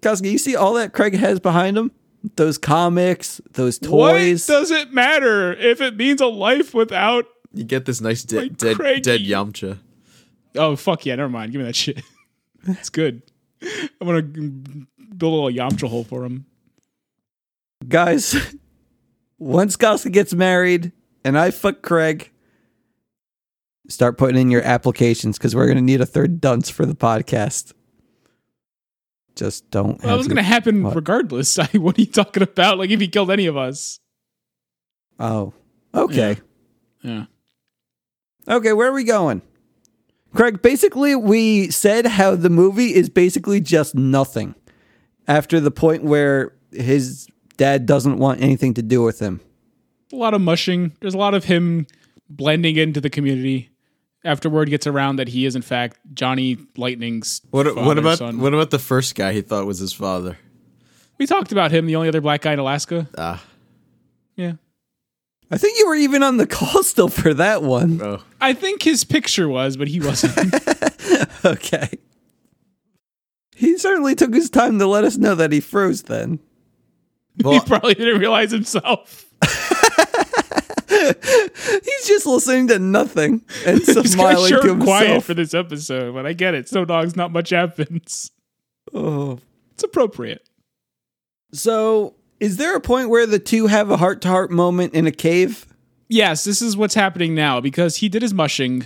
[SPEAKER 1] Koski, you see all that Craig has behind him? Those comics, those toys.
[SPEAKER 3] What does it matter if it means a life without?
[SPEAKER 2] You get this nice de-
[SPEAKER 3] Like
[SPEAKER 2] dead
[SPEAKER 3] Craigie.
[SPEAKER 2] dead Yamcha.
[SPEAKER 3] Oh fuck yeah! Never mind. Give me that shit. *laughs* It's good. I'm gonna build a little yamcha hole for him.
[SPEAKER 1] Guys, *laughs* once Koski gets married and I fuck Craig, start putting in your applications because we're going to need a third dunce for the podcast. Just don't.
[SPEAKER 3] Well, that
[SPEAKER 1] have
[SPEAKER 3] was
[SPEAKER 1] your-
[SPEAKER 3] gonna happen
[SPEAKER 1] What?
[SPEAKER 3] regardless. *laughs* I, what are you talking about? Like if he killed any of us?
[SPEAKER 1] Oh, okay.
[SPEAKER 3] Yeah.
[SPEAKER 1] Okay, where are we going? Craig, basically, we said how the movie is basically just nothing after the point where his dad doesn't want anything to do with him.
[SPEAKER 3] a lot of mushing. There's a lot of him blending into the community. After word gets around that he is in fact Johnny Lightning's
[SPEAKER 2] What what
[SPEAKER 3] father's
[SPEAKER 2] about
[SPEAKER 3] son.
[SPEAKER 2] what about the first guy he thought was his father?
[SPEAKER 3] we talked about him, the only other black guy in Alaska.
[SPEAKER 2] Ah,
[SPEAKER 3] Yeah,
[SPEAKER 1] I think you were even on the *laughs* call still for that one. *laughs*
[SPEAKER 2] oh,
[SPEAKER 3] I think his picture was, but he wasn't. *laughs*
[SPEAKER 1] Okay. He certainly took his time to let us know that he froze then. *laughs*
[SPEAKER 3] he
[SPEAKER 2] *laughs* well,
[SPEAKER 3] probably didn't realize
[SPEAKER 2] *laughs*
[SPEAKER 3] himself.
[SPEAKER 1] He's just listening to
[SPEAKER 3] *laughs*
[SPEAKER 1] nothing and
[SPEAKER 3] He's kind of
[SPEAKER 1] smiling
[SPEAKER 3] sure
[SPEAKER 1] to himself.
[SPEAKER 3] quiet for this episode, but I get it. Snow Dogs, not much happens.
[SPEAKER 1] oh.
[SPEAKER 3] It's appropriate.
[SPEAKER 1] So, is there a point where the two have a heart to heart moment in a cave?
[SPEAKER 3] yes, this is what's happening now because he did his mushing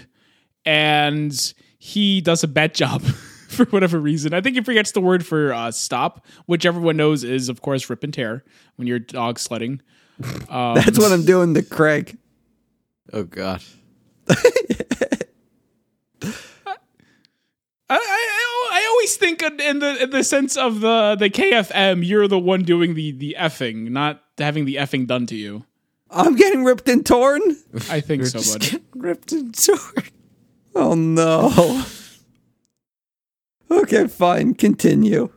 [SPEAKER 3] and he does a bad job *laughs* for whatever reason. I think he forgets the word for uh, stop, which everyone knows is, of course, rip and tear when you're dog sledding. Um,
[SPEAKER 1] That's what I'm doing to Craig.
[SPEAKER 2] oh god.
[SPEAKER 3] I, I, I always think in in the in the sense of the, the KFM, you're the one doing the, the effing, not having the effing done to you.
[SPEAKER 1] I'm getting ripped and
[SPEAKER 3] *laughs*
[SPEAKER 1] torn.
[SPEAKER 3] I think so, bud.
[SPEAKER 2] ripped and torn.
[SPEAKER 1] Oh no. Okay,
[SPEAKER 3] *laughs*
[SPEAKER 1] fine. Continue.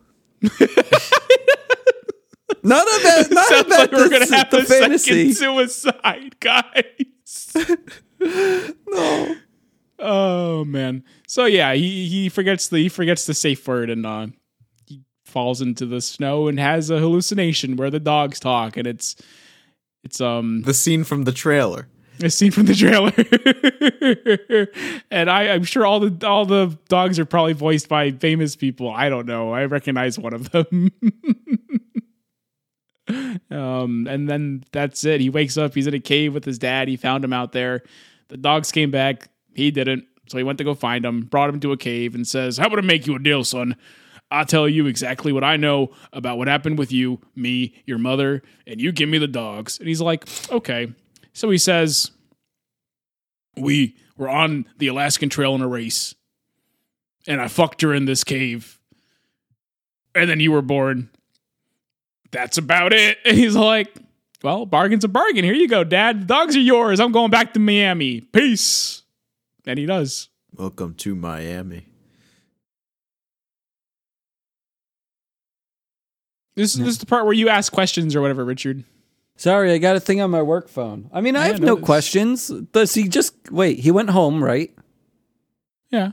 [SPEAKER 1] not about
[SPEAKER 3] *laughs*
[SPEAKER 1] not
[SPEAKER 3] Sounds
[SPEAKER 1] about
[SPEAKER 3] like we're
[SPEAKER 1] the,
[SPEAKER 3] gonna have
[SPEAKER 1] the
[SPEAKER 3] a
[SPEAKER 1] fantasy.
[SPEAKER 3] second suicide, *laughs* guys.
[SPEAKER 1] No.
[SPEAKER 3] Oh man. So yeah, he he forgets the he forgets the safe word and uh he falls into the snow and has a hallucination where the dogs talk and it's it's um *laughs*
[SPEAKER 2] The scene from the trailer.
[SPEAKER 3] a scene from the trailer. *laughs* and I I'm sure all the all the dogs are probably voiced by famous people. I don't know. I recognize one of them. *laughs* Um, and then that's it. He wakes up. He's in a cave with his dad. He found him out there. The dogs came back. He didn't. So he went to go find him, brought him to a cave, and says, How about I make you a deal, son? I'll tell you exactly what I know about what happened with you, me, your mother, and you give me the dogs. And he's like, Okay. So he says, We were on the Alaskan Trail in a race, and I fucked her in this cave. And then you were born that's about it. *laughs* And he's like, well, bargain's a bargain. Here you go, Dad. The dogs are yours. I'm going back to Miami. Peace. And he does.
[SPEAKER 2] Welcome to Miami.
[SPEAKER 3] This, this is the part where you ask questions or whatever, Richard.
[SPEAKER 1] Sorry, I got a thing on my work phone. I mean, I, have
[SPEAKER 3] know
[SPEAKER 1] no
[SPEAKER 3] this.
[SPEAKER 1] questions. Does he just wait? He went home, right?
[SPEAKER 3] Yeah.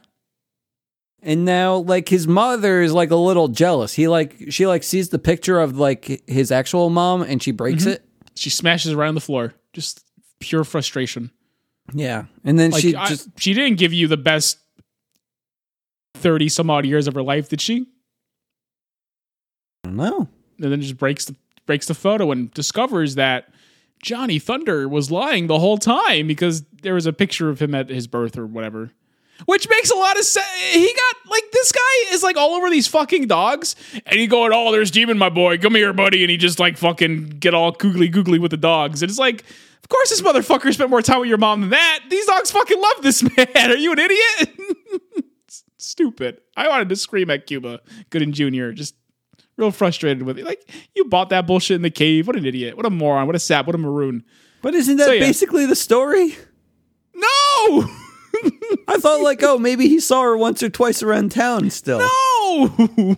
[SPEAKER 1] And now, like his mother is like a little jealous. He like she like sees the picture of like his actual mom, and she breaks
[SPEAKER 3] Mm-hmm.
[SPEAKER 1] it.
[SPEAKER 3] She smashes around the floor. Just pure frustration.
[SPEAKER 1] Yeah, and then
[SPEAKER 3] Like
[SPEAKER 1] she
[SPEAKER 3] I-
[SPEAKER 1] just
[SPEAKER 3] she didn't give you the best 30 some odd years of her life, did she?
[SPEAKER 1] no.
[SPEAKER 3] and then just breaks the breaks the photo and discovers that Johnny Thunder was lying the whole time because there was a picture of him at his birth or whatever. Which makes a lot of sense. He got like this guy is like all over these fucking dogs, and he going, "Oh, there's Demon, my boy, come here, buddy," and he just like fucking get all googly googly with the dogs, and it's like, of course this motherfucker spent more time with your mom than that. These dogs fucking love this *laughs* man. Are you an idiot? *laughs* Stupid. I wanted to scream at Cuba Gooden Jr. Just real frustrated with it. Like you bought that bullshit in the cave. What an idiot. What a moron. What a sap. What a maroon.
[SPEAKER 1] But isn't that
[SPEAKER 3] So, yeah.
[SPEAKER 1] basically the story?
[SPEAKER 3] No, *laughs*
[SPEAKER 1] I thought like, oh, maybe he saw her once or twice around town. Still,
[SPEAKER 3] no.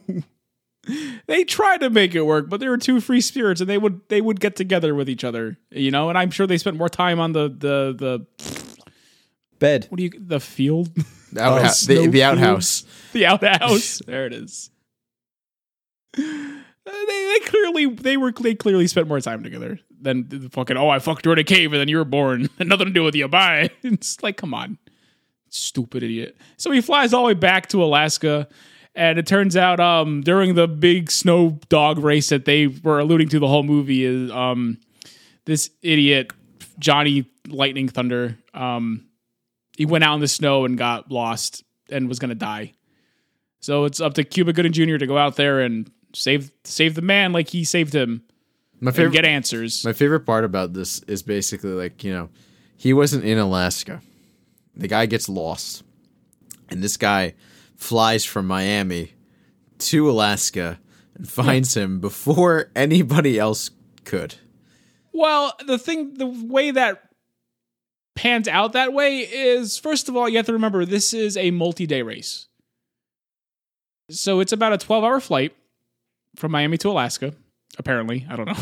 [SPEAKER 3] they tried to make it work, but they were two free spirits, and they would they would get together with each other. You know, and I'm sure they spent more time on the the the
[SPEAKER 1] bed.
[SPEAKER 3] what do you the field, *laughs*
[SPEAKER 2] The outhouse. the,
[SPEAKER 3] snowfield.
[SPEAKER 2] the outhouse.
[SPEAKER 3] the outhouse. *laughs* there it is. Uh, They, they clearly they were they clearly spent more time together than the fucking oh I fucked her in a cave and then you were born *laughs* and nothing to do with you bye *laughs* it's like come on stupid idiot so he flies all the way back to Alaska and it turns out um during the big snow dog race that they were alluding to the whole movie is um this idiot Johnny Lightning Thunder um he went out in the snow and got lost and was gonna die so it's up to Cuba Gooding Jr. to go out there and save save the man like he saved him
[SPEAKER 2] My
[SPEAKER 3] and
[SPEAKER 2] favorite.
[SPEAKER 3] get answers.
[SPEAKER 2] My favorite part about this is basically like, you know, he wasn't in Alaska. The guy gets lost. And this guy flies from Miami to Alaska and finds him before *laughs* anybody else could.
[SPEAKER 3] Well, the thing, the way that pans out that way is, first of all, you have to remember this is a multi-day race. So it's about a twelve-hour flight from Miami to Alaska. Apparently, I don't know.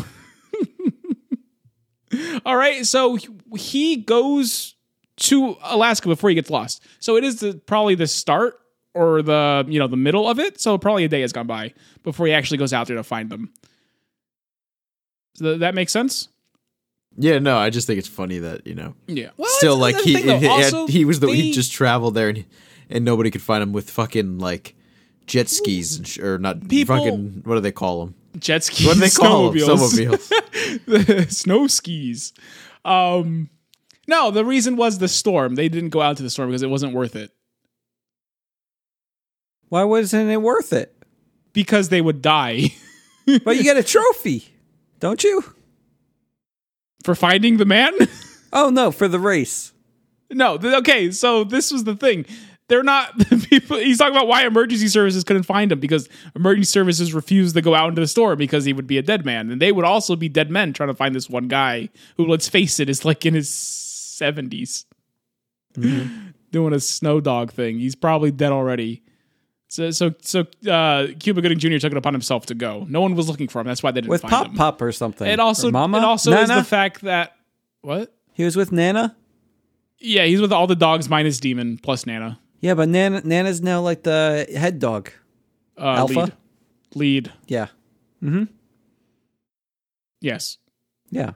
[SPEAKER 3] *laughs* all right, so he- he goes to Alaska before he gets lost. So it is the, probably the start or the you know the middle of it. So probably a day has gone by before he actually goes out there to find them. So th- that makes sense.
[SPEAKER 2] Yeah, no, I just think it's funny that, you know,
[SPEAKER 3] Yeah.
[SPEAKER 2] still like he he, had- he was the
[SPEAKER 3] they,
[SPEAKER 2] he just traveled there and and nobody could find him with fucking like jet skis and sh- or not
[SPEAKER 3] People-
[SPEAKER 2] fucking what do they call them?
[SPEAKER 3] jet skis.
[SPEAKER 2] What do they call them?
[SPEAKER 3] *laughs* snowmobiles.
[SPEAKER 2] Snowmobiles.
[SPEAKER 3] *laughs* snow skis. Um, no, the reason was the storm. They didn't go out to the storm because it wasn't worth it.
[SPEAKER 1] Why wasn't it worth it?
[SPEAKER 3] Because they would die *laughs*
[SPEAKER 1] But you get a trophy, don't you?
[SPEAKER 3] for finding the man. *laughs*
[SPEAKER 1] Oh no, for the race.
[SPEAKER 3] no, th- okay. So this was the thing. They're not *laughs* the people. He's talking about why emergency services couldn't find him because emergency services refused to go out into the storm because he would be a dead man, and they would also be dead men trying to find this one guy who, let's face it, is like in his seventies.
[SPEAKER 1] Mm-hmm.
[SPEAKER 3] *laughs* doing a snow dog thing. He's probably dead already. So so so uh, Cuba Gooding Jr. took it upon himself to go. No one was looking for him. That's why they didn't
[SPEAKER 1] with
[SPEAKER 3] find
[SPEAKER 1] Pop
[SPEAKER 3] him.
[SPEAKER 1] Pop or something.
[SPEAKER 3] It also
[SPEAKER 1] Or Mama.
[SPEAKER 3] it also is
[SPEAKER 1] Nana.
[SPEAKER 3] the fact that what?
[SPEAKER 1] he was with Nana.
[SPEAKER 3] Yeah, he's with all the dogs minus Demon plus Nana.
[SPEAKER 1] Yeah, but Nana Nana's now like the head dog.
[SPEAKER 3] Uh,
[SPEAKER 1] Alpha?
[SPEAKER 3] lead. lead.
[SPEAKER 1] Yeah,
[SPEAKER 3] Yes.
[SPEAKER 1] yeah.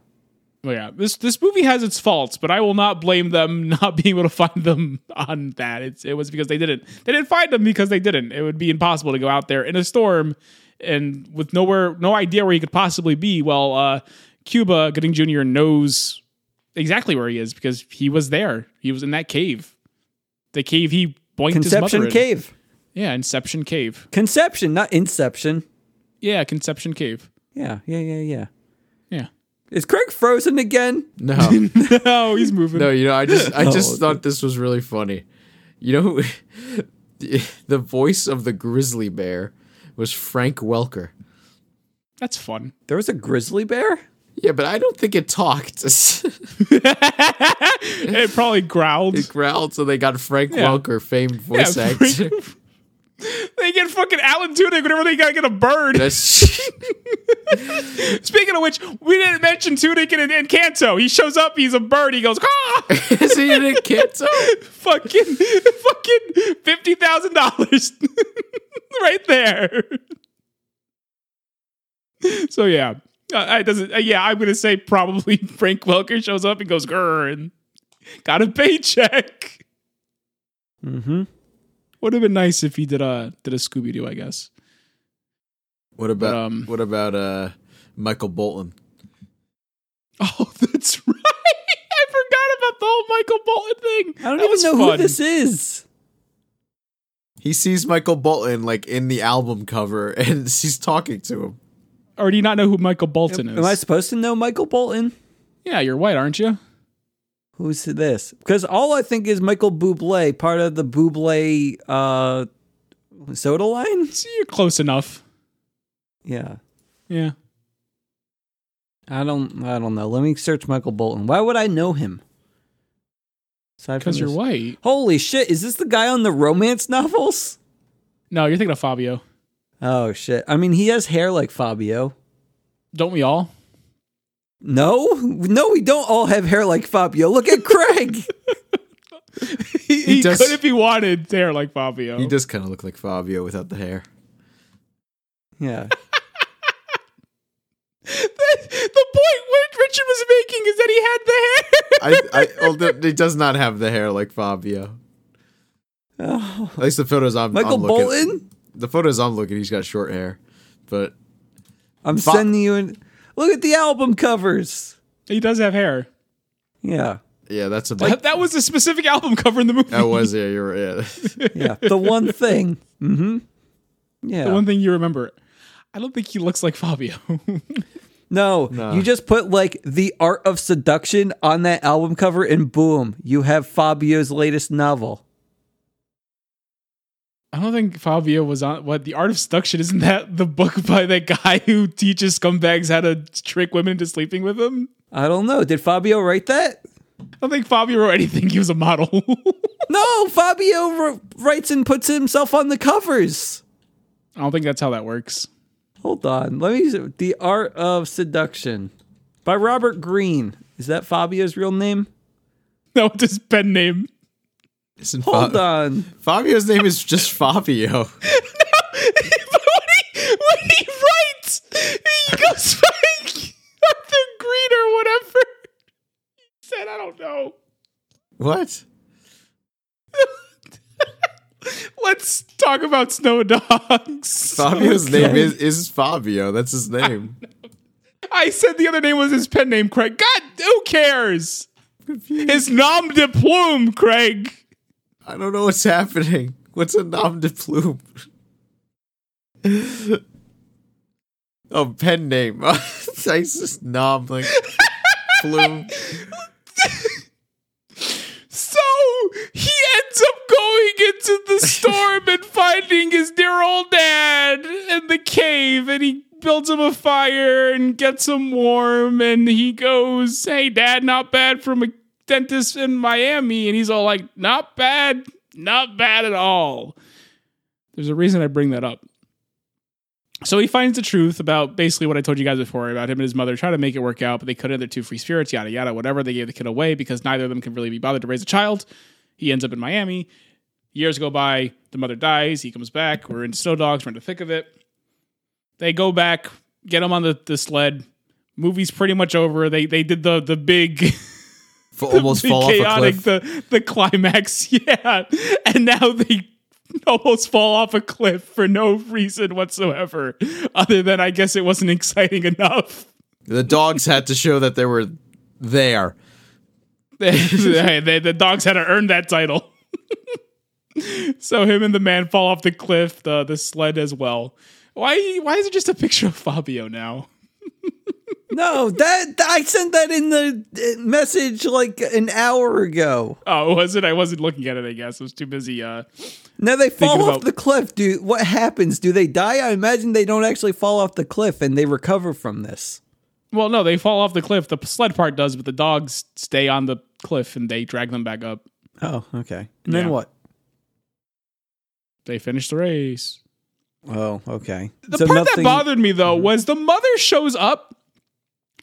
[SPEAKER 3] Well, yeah. This this movie has its faults, but I will not blame them *laughs* not being able to find them on that. It's, it was because they didn't. They didn't find them because they didn't. It would be impossible to go out there in a storm and with nowhere, no idea where he could possibly be. Well, uh, Cuba Gooding Jr. knows exactly where he is because he was there. He was in that cave, the cave he boinked his mother
[SPEAKER 1] Conception
[SPEAKER 3] in.
[SPEAKER 1] Cave.
[SPEAKER 3] Yeah, Inception Cave.
[SPEAKER 1] Conception, not Inception.
[SPEAKER 3] Yeah, Conception Cave.
[SPEAKER 1] Yeah, yeah, yeah, yeah.
[SPEAKER 3] Yeah.
[SPEAKER 1] Is Craig frozen again?
[SPEAKER 2] *laughs* No.
[SPEAKER 3] oh, he's moving.
[SPEAKER 2] No, you know, I just *laughs* I just
[SPEAKER 1] okay.
[SPEAKER 2] thought this was really funny. You know, who- *laughs* the- the voice of the grizzly bear was Frank Welker.
[SPEAKER 3] *laughs* That's fun.
[SPEAKER 1] There was a grizzly bear.
[SPEAKER 2] Yeah, but I don't think it talked. *laughs* it
[SPEAKER 3] It probably growled.
[SPEAKER 2] growled, so they got Frank
[SPEAKER 3] Yeah. *laughs*
[SPEAKER 2] Welker, famed voice
[SPEAKER 3] Yeah,
[SPEAKER 2] actor.
[SPEAKER 3] Frank- They They get fucking Alan Tudyk whenever they gotta get a bird.
[SPEAKER 2] That's
[SPEAKER 3] *laughs*
[SPEAKER 2] *laughs*
[SPEAKER 3] Speaking of which, we didn't mention Tudyk in, in Kanto. He shows up, he's a bird, he goes, *laughs* ah!
[SPEAKER 2] is he in a Kanto?
[SPEAKER 3] fucking fucking fifty thousand dollars *laughs* right there. So yeah, uh, I doesn't. Uh, yeah, I'm gonna say probably *laughs* Frank Welker shows up and goes grr and got a paycheck. Mm-hmm.
[SPEAKER 1] Mm-hmm.
[SPEAKER 3] Would have been nice if he did a did a Scooby Doo, I guess. *laughs*
[SPEAKER 2] What about
[SPEAKER 3] um,
[SPEAKER 2] what about uh Michael Bolton?
[SPEAKER 3] Oh, that's right. I forgot about the whole Michael Bolton thing.
[SPEAKER 1] I don't
[SPEAKER 3] That
[SPEAKER 1] even
[SPEAKER 3] was
[SPEAKER 1] know who
[SPEAKER 3] fun.
[SPEAKER 1] this is.
[SPEAKER 2] He sees Michael Bolton like in the album cover *laughs* and he's talking to him.
[SPEAKER 3] Or do you not know who Michael Bolton
[SPEAKER 1] Am I
[SPEAKER 3] is?
[SPEAKER 1] supposed to know Michael Bolton?
[SPEAKER 3] yeah, you're white, aren't you?
[SPEAKER 1] Who's this? Because all I think is Michael Bublé, part of the Bublé uh, soda line.
[SPEAKER 3] So you're close enough.
[SPEAKER 1] Yeah,
[SPEAKER 3] Yeah.
[SPEAKER 1] I don't, I don't know. Let me search Michael Bolton. Why would I know him? Aside from
[SPEAKER 3] Because you're
[SPEAKER 1] this-
[SPEAKER 3] white.
[SPEAKER 1] Holy shit! Is this the guy on the romance novels?
[SPEAKER 3] No, you're thinking of Fabio.
[SPEAKER 1] Oh shit! I mean, he has hair like Fabio.
[SPEAKER 3] Don't we
[SPEAKER 1] *laughs*
[SPEAKER 3] all?
[SPEAKER 1] No, no, we don't all have hair like Fabio. Look at Craig.
[SPEAKER 3] He,
[SPEAKER 2] He does-
[SPEAKER 3] could if he wanted hair like Fabio.
[SPEAKER 2] He
[SPEAKER 1] Oh.
[SPEAKER 2] does kind of look like Fabio without the hair.
[SPEAKER 1] yeah.
[SPEAKER 3] *laughs* the point which Richard was making is that he had the hair.
[SPEAKER 1] *laughs*
[SPEAKER 2] I, I although he does not have the hair like Fabio.
[SPEAKER 1] Oh,
[SPEAKER 2] At least the photos I'm
[SPEAKER 1] Michael
[SPEAKER 2] I'm looking-
[SPEAKER 1] Bolton.
[SPEAKER 2] The photos I'm looking, he's got short hair, but
[SPEAKER 1] I'm
[SPEAKER 2] Fa-
[SPEAKER 1] sending you. An- Look at the album covers.
[SPEAKER 3] *laughs* he does have hair.
[SPEAKER 1] Yeah.
[SPEAKER 2] yeah, that's
[SPEAKER 3] *laughs*
[SPEAKER 2] about
[SPEAKER 3] That, that was a specific album cover in the movie.
[SPEAKER 2] *laughs* that was yeah. You're right,
[SPEAKER 1] *laughs*
[SPEAKER 2] yeah.
[SPEAKER 1] Yeah, the one thing. Mm-hmm. Yeah.
[SPEAKER 3] The *laughs* one thing you remember. I don't think he looks like Fabio. *laughs*
[SPEAKER 1] no, you just put like the art of seduction on that album cover, and boom, you have Fabio's latest novel.
[SPEAKER 3] I don't think Fabio was on what the art of seduction isn't that the book *laughs* by that guy who teaches scumbags how to trick women into sleeping with him?
[SPEAKER 1] I don't know. Did Fabio write that?
[SPEAKER 3] I don't think Fabio wrote anything. He was a model. *laughs*
[SPEAKER 1] No, Fabio wr- writes and puts himself on the covers.
[SPEAKER 3] I don't think that's how that works.
[SPEAKER 1] Hold on. Let me. The Art of Seduction by Robert Greene. Is that Fabio's real name?
[SPEAKER 3] No, it's his pen name. *laughs*
[SPEAKER 2] Isn't Fa-
[SPEAKER 3] Uh,
[SPEAKER 1] Hold on.
[SPEAKER 2] Fabio's name is just Fabio. *laughs*
[SPEAKER 3] *laughs* but when he, when he writes, he goes like *laughs* Arthur Green or whatever. He said, I don't know. *laughs*
[SPEAKER 1] *laughs*
[SPEAKER 2] What?
[SPEAKER 3] Let's talk about snow dogs.
[SPEAKER 2] Fabio's name is, is Fabio. That's
[SPEAKER 1] *laughs*
[SPEAKER 2] his name.
[SPEAKER 3] I said the other name was his pen name, Craig. God, who cares? His nom de plume, Craig.
[SPEAKER 2] I don't know what's happening. What's a nom de plume? oh, pen name. *laughs* I just nom like plume.
[SPEAKER 3] So he ends up going into the storm and finding his dear old dad in the cave and he builds him a fire and gets him warm and he goes, Hey dad, not bad from a dentist in Miami and he's all like, Not bad, not bad at all. There's a reason I bring that up. So he finds the truth about basically what I told you guys before about him and his mother trying to make it work out, but they couldn't. They're two free spirits, yada yada, whatever. They gave the kid away because neither of them can really be bothered to raise a child. He ends up in Miami. Years go by. The mother dies. He comes back. We're in Snow Dogs. We're in the thick of it. They go back, get him on the, the sled. Movie's pretty much over. They they did the the big *laughs*
[SPEAKER 2] F- almost
[SPEAKER 3] the
[SPEAKER 2] fall off a
[SPEAKER 3] chaotic,
[SPEAKER 2] cliff.
[SPEAKER 3] The the climax, *laughs* yeah. And now they almost fall off a cliff for no reason whatsoever, other than I guess it wasn't exciting enough. *laughs*
[SPEAKER 2] the dogs had to show that they were there.
[SPEAKER 3] the, the- the dogs had to earn that title. *laughs* so him and the man fall off the cliff, the the sled as well. Why why is it just a picture of Fabio now?
[SPEAKER 1] No, that I sent that in the uh, message like an hour ago.
[SPEAKER 3] Oh, was it? I wasn't looking at it. I guess I was too busy. Uh,
[SPEAKER 1] Now they fall
[SPEAKER 3] Thinking
[SPEAKER 1] off
[SPEAKER 3] about-
[SPEAKER 1] the cliff, dude. What happens? Do they die? I imagine they don't actually fall off the cliff and they recover from this.
[SPEAKER 3] well, no, they fall off the cliff. The sled part does, but the dogs stay on the cliff and they drag them back up.
[SPEAKER 1] Oh, okay. And then
[SPEAKER 3] Yeah.
[SPEAKER 1] what?
[SPEAKER 3] they finished the race.
[SPEAKER 1] Oh, okay.
[SPEAKER 3] The part that bothered me though was the mother shows up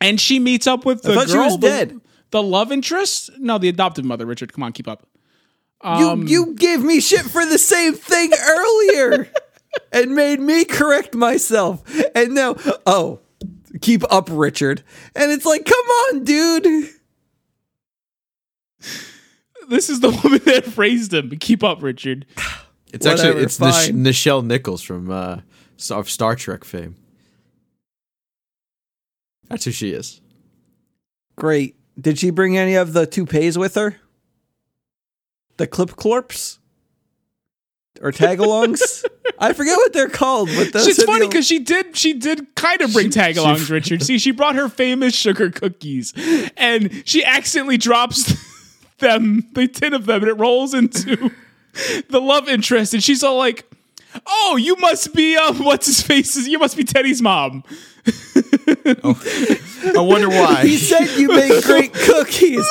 [SPEAKER 3] and she meets up with the
[SPEAKER 1] thought she
[SPEAKER 3] girl,
[SPEAKER 1] was
[SPEAKER 3] the,
[SPEAKER 1] dead.
[SPEAKER 3] the love interest. No, the adopted mother. Richard, come on, keep up. Um,
[SPEAKER 1] you you gave me shit for the same thing
[SPEAKER 3] *laughs*
[SPEAKER 1] earlier, and made me correct myself. And now, oh, keep up, Richard. And it's like, come on, dude.
[SPEAKER 3] This is the *laughs* woman that raised him. Keep up, Richard.
[SPEAKER 2] It's
[SPEAKER 1] Whatever,
[SPEAKER 2] actually it's Nish-
[SPEAKER 1] fine.
[SPEAKER 2] Nichelle Nichols from uh, Star- of Star Trek fame. That's who she is.
[SPEAKER 1] Great. Did she bring any of the toupees with her? The clip clorps? Or tagalongs? I forget what they're called, but those
[SPEAKER 3] it's
[SPEAKER 1] are the
[SPEAKER 3] funny
[SPEAKER 1] only-
[SPEAKER 3] because she did she did kind of bring tagalongs, Richard. See, she brought her famous sugar cookies, and she accidentally drops *laughs* them, the tin of them, and it rolls into *laughs* the love interest, and she's all like, "Oh, you must be um, what's his face? You must be Teddy's mom."
[SPEAKER 2] I wonder
[SPEAKER 1] he
[SPEAKER 2] *laughs* why.
[SPEAKER 1] said you make great cookies.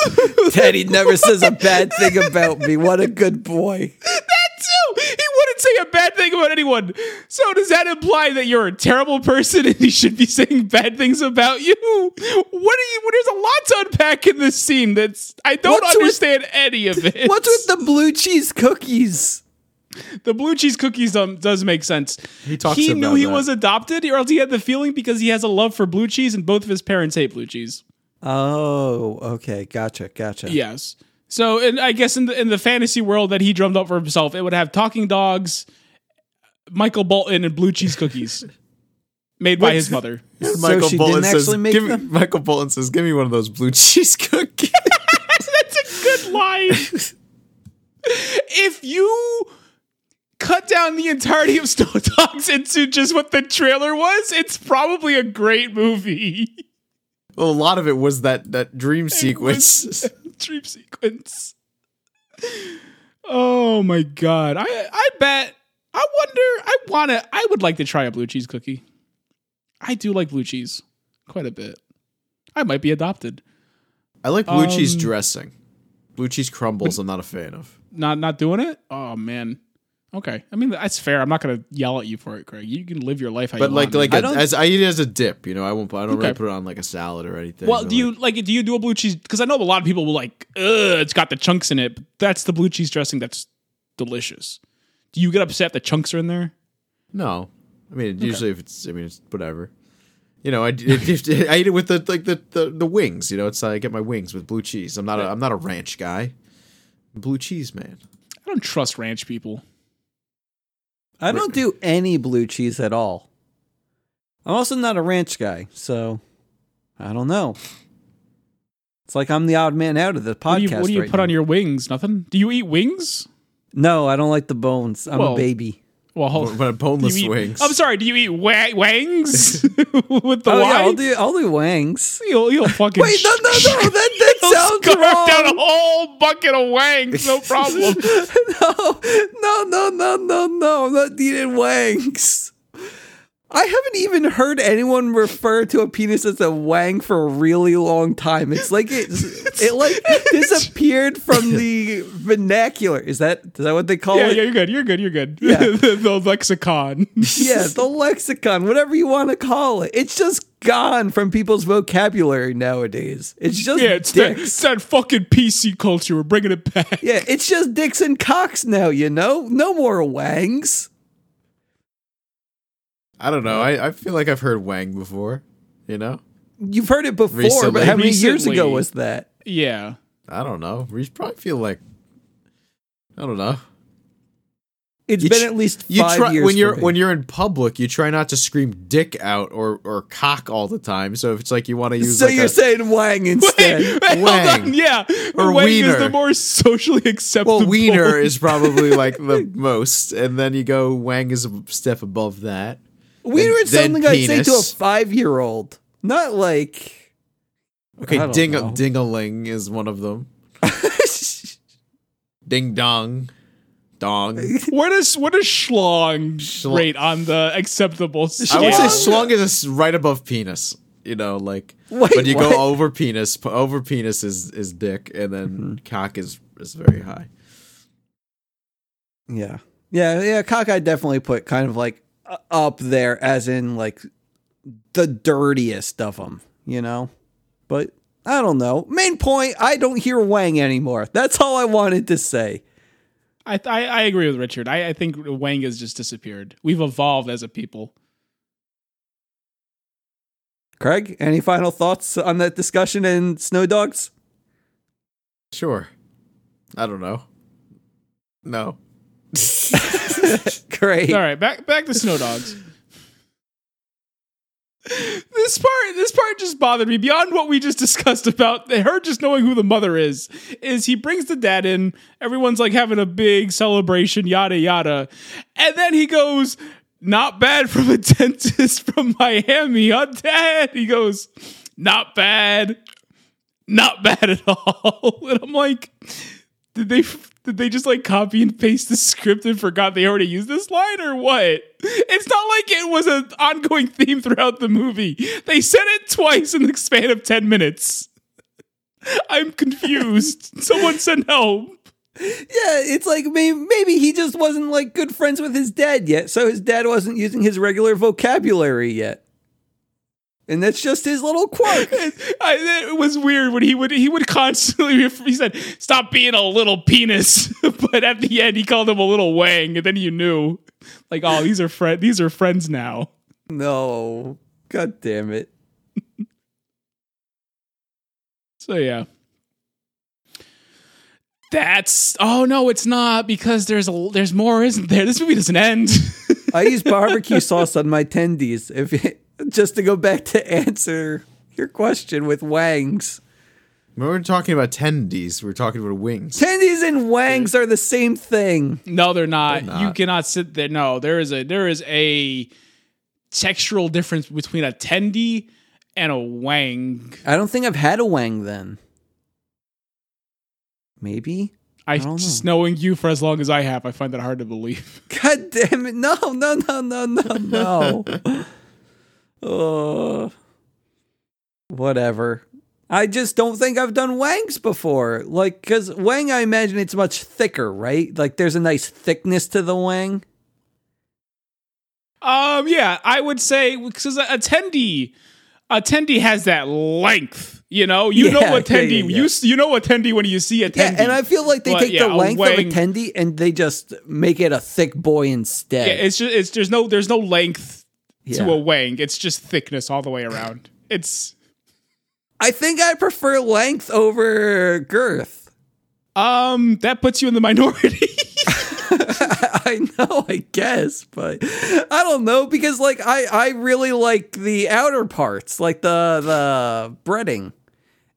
[SPEAKER 1] Teddy never says a bad thing about me. What a good boy.
[SPEAKER 3] That too. He wouldn't say a bad thing about anyone. So does that imply that you're a terrible person and he should be saying bad things about you? What are you? There's a lot to unpack in this scene. That's I don't
[SPEAKER 1] What's with-
[SPEAKER 3] understand any of it.
[SPEAKER 1] *laughs* What's with the blue cheese cookies?
[SPEAKER 3] the blue cheese cookies? Um, does make sense. He
[SPEAKER 2] talks
[SPEAKER 3] He knew
[SPEAKER 2] about
[SPEAKER 3] he
[SPEAKER 2] that.
[SPEAKER 3] was adopted, or else he had the feeling because he has a love for blue cheese, and both of his parents hate blue cheese.
[SPEAKER 1] Oh, okay. Gotcha. Gotcha.
[SPEAKER 3] Yes. So, and I guess in the in the fantasy world that he drummed up for himself, it would have talking dogs, Michael Bolton, and blue cheese cookies *laughs* made by his mother.
[SPEAKER 1] So she didn't actually make
[SPEAKER 2] give me,
[SPEAKER 1] them?
[SPEAKER 2] Michael Bolton says, "Give me one of those blue *laughs* cheese cookies."
[SPEAKER 3] *laughs* That's a good line. *laughs* if you cut down the entirety of Snow Dogs into just what the trailer was, it's probably a great movie.
[SPEAKER 2] well, a lot of it was that that dream sequence.
[SPEAKER 3] *laughs* dream sequence. Oh my god! I I bet. I wonder. I wanna. I would like to try a blue cheese cookie. I do like blue cheese quite a bit. I might be adopted.
[SPEAKER 2] I like blue cheese
[SPEAKER 3] Um,
[SPEAKER 2] dressing. Blue cheese crumbles. I'm not a fan of.
[SPEAKER 3] Not not doing it. Oh man. Okay. I mean that's fair. I'm not gonna yell at you for it, Craig. You can live your life how
[SPEAKER 2] But
[SPEAKER 3] you
[SPEAKER 2] like
[SPEAKER 3] want.
[SPEAKER 2] like
[SPEAKER 3] man.
[SPEAKER 2] a,
[SPEAKER 1] I don't-
[SPEAKER 2] as I eat it as a dip. You know, I won't. I don't
[SPEAKER 3] Okay.
[SPEAKER 2] really put it on like a salad or anything.
[SPEAKER 3] well,
[SPEAKER 2] or,
[SPEAKER 3] do you like? Do you do a blue cheese? Because I know a lot of people will like. Ugh, it's got the chunks in it. But that's the blue cheese dressing. That's delicious. Do you get upset the chunks are in there?
[SPEAKER 2] No, I mean usually if it's I mean it's whatever. You know, I, *laughs* it, I eat it with the like the, the, the wings. You know, it's I get my wings with blue cheese. I'm not a, I'm not a ranch guy. Blue cheese man.
[SPEAKER 3] I don't trust ranch people.
[SPEAKER 1] I don't do any blue cheese at all. I'm also not a ranch guy, so I don't know. It's like I'm the odd man out of the podcast.
[SPEAKER 3] What do you, what do you
[SPEAKER 1] right
[SPEAKER 3] put
[SPEAKER 1] now.
[SPEAKER 3] on your wings? Nothing. Do you eat wings?
[SPEAKER 1] No, I don't like the bones. I'm
[SPEAKER 3] Well,
[SPEAKER 1] a baby.
[SPEAKER 3] Well, hold
[SPEAKER 2] But *laughs*
[SPEAKER 3] *laughs*
[SPEAKER 2] boneless
[SPEAKER 3] Do Oh. you eat-
[SPEAKER 2] wings.
[SPEAKER 3] I'm sorry. Do you eat wa-
[SPEAKER 1] *laughs*
[SPEAKER 3] wangs *laughs* with the
[SPEAKER 1] Oh yeah, I'll
[SPEAKER 3] Y?
[SPEAKER 1] do I'll do wangs.
[SPEAKER 3] You'll, you'll fucking
[SPEAKER 1] Wait,
[SPEAKER 3] *laughs*
[SPEAKER 1] no, no, no, that,
[SPEAKER 3] You'll
[SPEAKER 1] that sounds
[SPEAKER 3] scarf down a
[SPEAKER 1] wrong.
[SPEAKER 3] whole bucket of wangs,
[SPEAKER 1] *laughs*
[SPEAKER 3] no problem.
[SPEAKER 1] No, no, no, no, no, no. I'm not eating wangs. I haven't even heard anyone refer to a penis as a wang for a really long time. It's like
[SPEAKER 3] *laughs*
[SPEAKER 1] it's, it like disappeared from the vernacular. Is that is that what they call
[SPEAKER 3] yeah,
[SPEAKER 1] it?
[SPEAKER 3] yeah, you're good. You're good. You're good. *laughs*
[SPEAKER 1] Yeah.
[SPEAKER 3] the, the lexicon.
[SPEAKER 1] *laughs* yeah, the lexicon, whatever you want to call it. It's just gone from people's vocabulary nowadays. It's just
[SPEAKER 3] Yeah, it's that,
[SPEAKER 1] dicks.
[SPEAKER 3] it's *laughs* that fucking PC culture. We're bringing it back.
[SPEAKER 1] yeah, it's just dicks and cocks now, you know? No more wangs.
[SPEAKER 2] I don't know. I, I feel like I've heard wang before. You know,
[SPEAKER 1] You've heard it before,
[SPEAKER 2] Recently.
[SPEAKER 1] but how many years
[SPEAKER 3] Recently.
[SPEAKER 1] ago was that?
[SPEAKER 3] Yeah.
[SPEAKER 2] I don't know. We probably feel like I don't know.
[SPEAKER 1] It's
[SPEAKER 2] You
[SPEAKER 1] been
[SPEAKER 2] tr-
[SPEAKER 1] at least
[SPEAKER 2] You
[SPEAKER 1] five
[SPEAKER 2] try
[SPEAKER 1] years.
[SPEAKER 2] when you're
[SPEAKER 1] for me.
[SPEAKER 2] when you're in public, you try not to scream dick out or or cock all the time. So if it's like you want to use
[SPEAKER 1] so
[SPEAKER 2] like
[SPEAKER 1] you're
[SPEAKER 2] a,
[SPEAKER 1] saying wang
[SPEAKER 3] Hey,
[SPEAKER 1] instead.
[SPEAKER 3] hey, *laughs* hold
[SPEAKER 2] wang.
[SPEAKER 3] on. Yeah.
[SPEAKER 2] Or
[SPEAKER 3] wang is the
[SPEAKER 2] wiener.
[SPEAKER 3] more socially acceptable.
[SPEAKER 2] *laughs* Well, wiener is probably like the most, and then you go wang is a step above that.
[SPEAKER 1] Wiener is
[SPEAKER 2] then
[SPEAKER 1] something I'd say to a
[SPEAKER 2] penis.
[SPEAKER 1] five year old. Not like I
[SPEAKER 2] Okay,
[SPEAKER 1] don't
[SPEAKER 2] ding
[SPEAKER 1] know.
[SPEAKER 2] dingaling is one of them. *laughs* Ding dong, dong.
[SPEAKER 3] *laughs* What is what is schlong
[SPEAKER 2] Schl-
[SPEAKER 3] rate on the acceptable
[SPEAKER 2] I
[SPEAKER 3] scale?
[SPEAKER 2] would say slung is s- right above penis. You know, like
[SPEAKER 1] Wait,
[SPEAKER 2] when you
[SPEAKER 1] what?
[SPEAKER 2] go over penis, p- over penis is is dick, and then
[SPEAKER 3] Mm-hmm.
[SPEAKER 2] cock is is very high.
[SPEAKER 1] Yeah. Yeah, yeah, cock I definitely put kind of like uh, up there as in like the dirtiest of them, you know? But I don't know. Main point, I don't hear Wang anymore. That's all I wanted to say.
[SPEAKER 3] I, I, I agree with Richard. I, I think Wang has just disappeared. We've evolved as a people.
[SPEAKER 1] Craig, any final thoughts on that discussion and Snow Dogs?
[SPEAKER 2] Sure. I don't know. No.
[SPEAKER 1] Great.
[SPEAKER 3] All right, back back to Snow Dogs. this part this part just bothered me beyond what we just *laughs* discussed about her just knowing who the mother is is he brings the dad in everyone's like having a big celebration yada yada and then he goes not bad from a *laughs* dentist from miami huh dad he goes not bad not bad at all *laughs* and i'm like did they did they just like copy and paste the script and forgot they already used this line or what? It's not like it was an ongoing theme throughout the movie. They said it twice in the span of 10 minutes. I'm confused. Someone send help.
[SPEAKER 1] Yeah, it's like maybe, maybe he just wasn't like good friends with his dad yet, so his dad wasn't using his regular vocabulary yet. And that's just his
[SPEAKER 3] *laughs*
[SPEAKER 1] little quirk.
[SPEAKER 3] I, it was weird when he would he would constantly he said stop being a little penis, *laughs* but at the end he called him a little wang, and then you knew like oh these are friend these are friends now.
[SPEAKER 1] no. God damn it.
[SPEAKER 3] So yeah. That's oh no, it's not because there's a there's more, isn't there? This movie doesn't end. *laughs*
[SPEAKER 1] I use barbecue sauce on my tendies. If it, just to go back to answer your question with wangs,
[SPEAKER 2] When we were talking about tendies, we were talking about wings.
[SPEAKER 1] tendies and wangs are the same thing.
[SPEAKER 3] no, they're not.
[SPEAKER 2] They're not.
[SPEAKER 3] You cannot sit there. No, there is a there is a textural difference between a tendy and a wang.
[SPEAKER 1] I don't think I've had a wang then. Maybe.
[SPEAKER 3] I,
[SPEAKER 1] don't know.
[SPEAKER 3] just knowing you for as long as I have, I find that hard to believe.
[SPEAKER 1] God damn it! No, no, no, no, no, no. uh, whatever. I just don't think I've done wangs before. Like, because wang, I imagine it's much thicker, right? Like, there's a nice thickness to the wang.
[SPEAKER 3] Um, yeah, I would say because attendee, attendee has that length. You know, you know
[SPEAKER 1] Yeah, *laughs* yeah,
[SPEAKER 3] attendee.
[SPEAKER 1] yeah, yeah.
[SPEAKER 3] You s- you know attendee when you see attendee.
[SPEAKER 1] Yeah, and I feel like they
[SPEAKER 3] But,
[SPEAKER 1] take
[SPEAKER 3] yeah,
[SPEAKER 1] the
[SPEAKER 3] a
[SPEAKER 1] length of a
[SPEAKER 3] wang-
[SPEAKER 1] tendy and they just make it a thick boy instead.
[SPEAKER 3] Yeah, it's just it's there's no there's no length
[SPEAKER 1] Yeah.
[SPEAKER 3] to a wang. It's just thickness all the way around. It's
[SPEAKER 1] I think I prefer length over girth.
[SPEAKER 3] um that puts you in the minority. *laughs*
[SPEAKER 1] *laughs* I know, I guess, but I don't know because like I I really like the outer parts, like the the breading.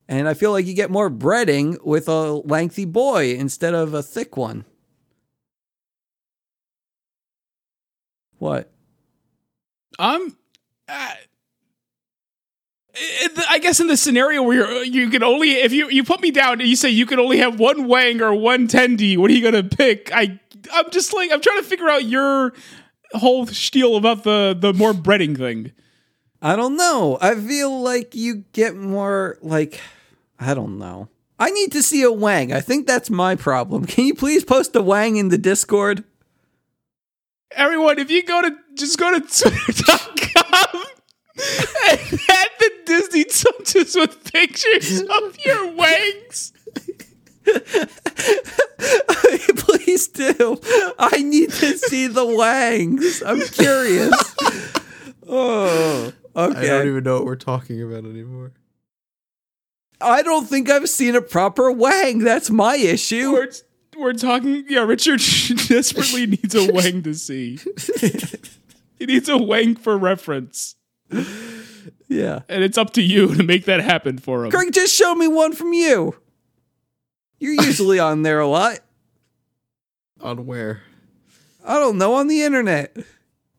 [SPEAKER 1] And I feel like you get more breading with a lengthy boy instead of a thick one. What?
[SPEAKER 3] um, uh, it- I guess in the scenario where you're, you can only if you you put me down and you say you can only have one wang or one tendy, what are you gonna pick? I I'm just like I'm trying to figure out your whole spiel about the the more breading thing.
[SPEAKER 1] I don't know. I feel like you get more like I don't know. I need to see a Wang. I think that's my problem. Can you please post a Wang in the Discord?
[SPEAKER 3] Everyone, if you go to just go to twitter.com and add the Disney touches with pictures of your wangs.
[SPEAKER 1] *laughs* please do. I need to see the Wangs. I'm curious.
[SPEAKER 2] *laughs*
[SPEAKER 1] oh, okay.
[SPEAKER 2] I don't even know what we're talking about anymore.
[SPEAKER 1] think I've seen a proper Wang. That's my issue.
[SPEAKER 3] We're, we're talking, yeah, Richard *laughs* desperately needs a wang to see. he needs a wang for reference.
[SPEAKER 1] Yeah.
[SPEAKER 3] And it's up to you to make that happen for him.
[SPEAKER 1] Greg, just show me one from you. You're
[SPEAKER 2] *laughs*
[SPEAKER 1] usually on there a lot.
[SPEAKER 2] On where?
[SPEAKER 1] I don't know, on the internet.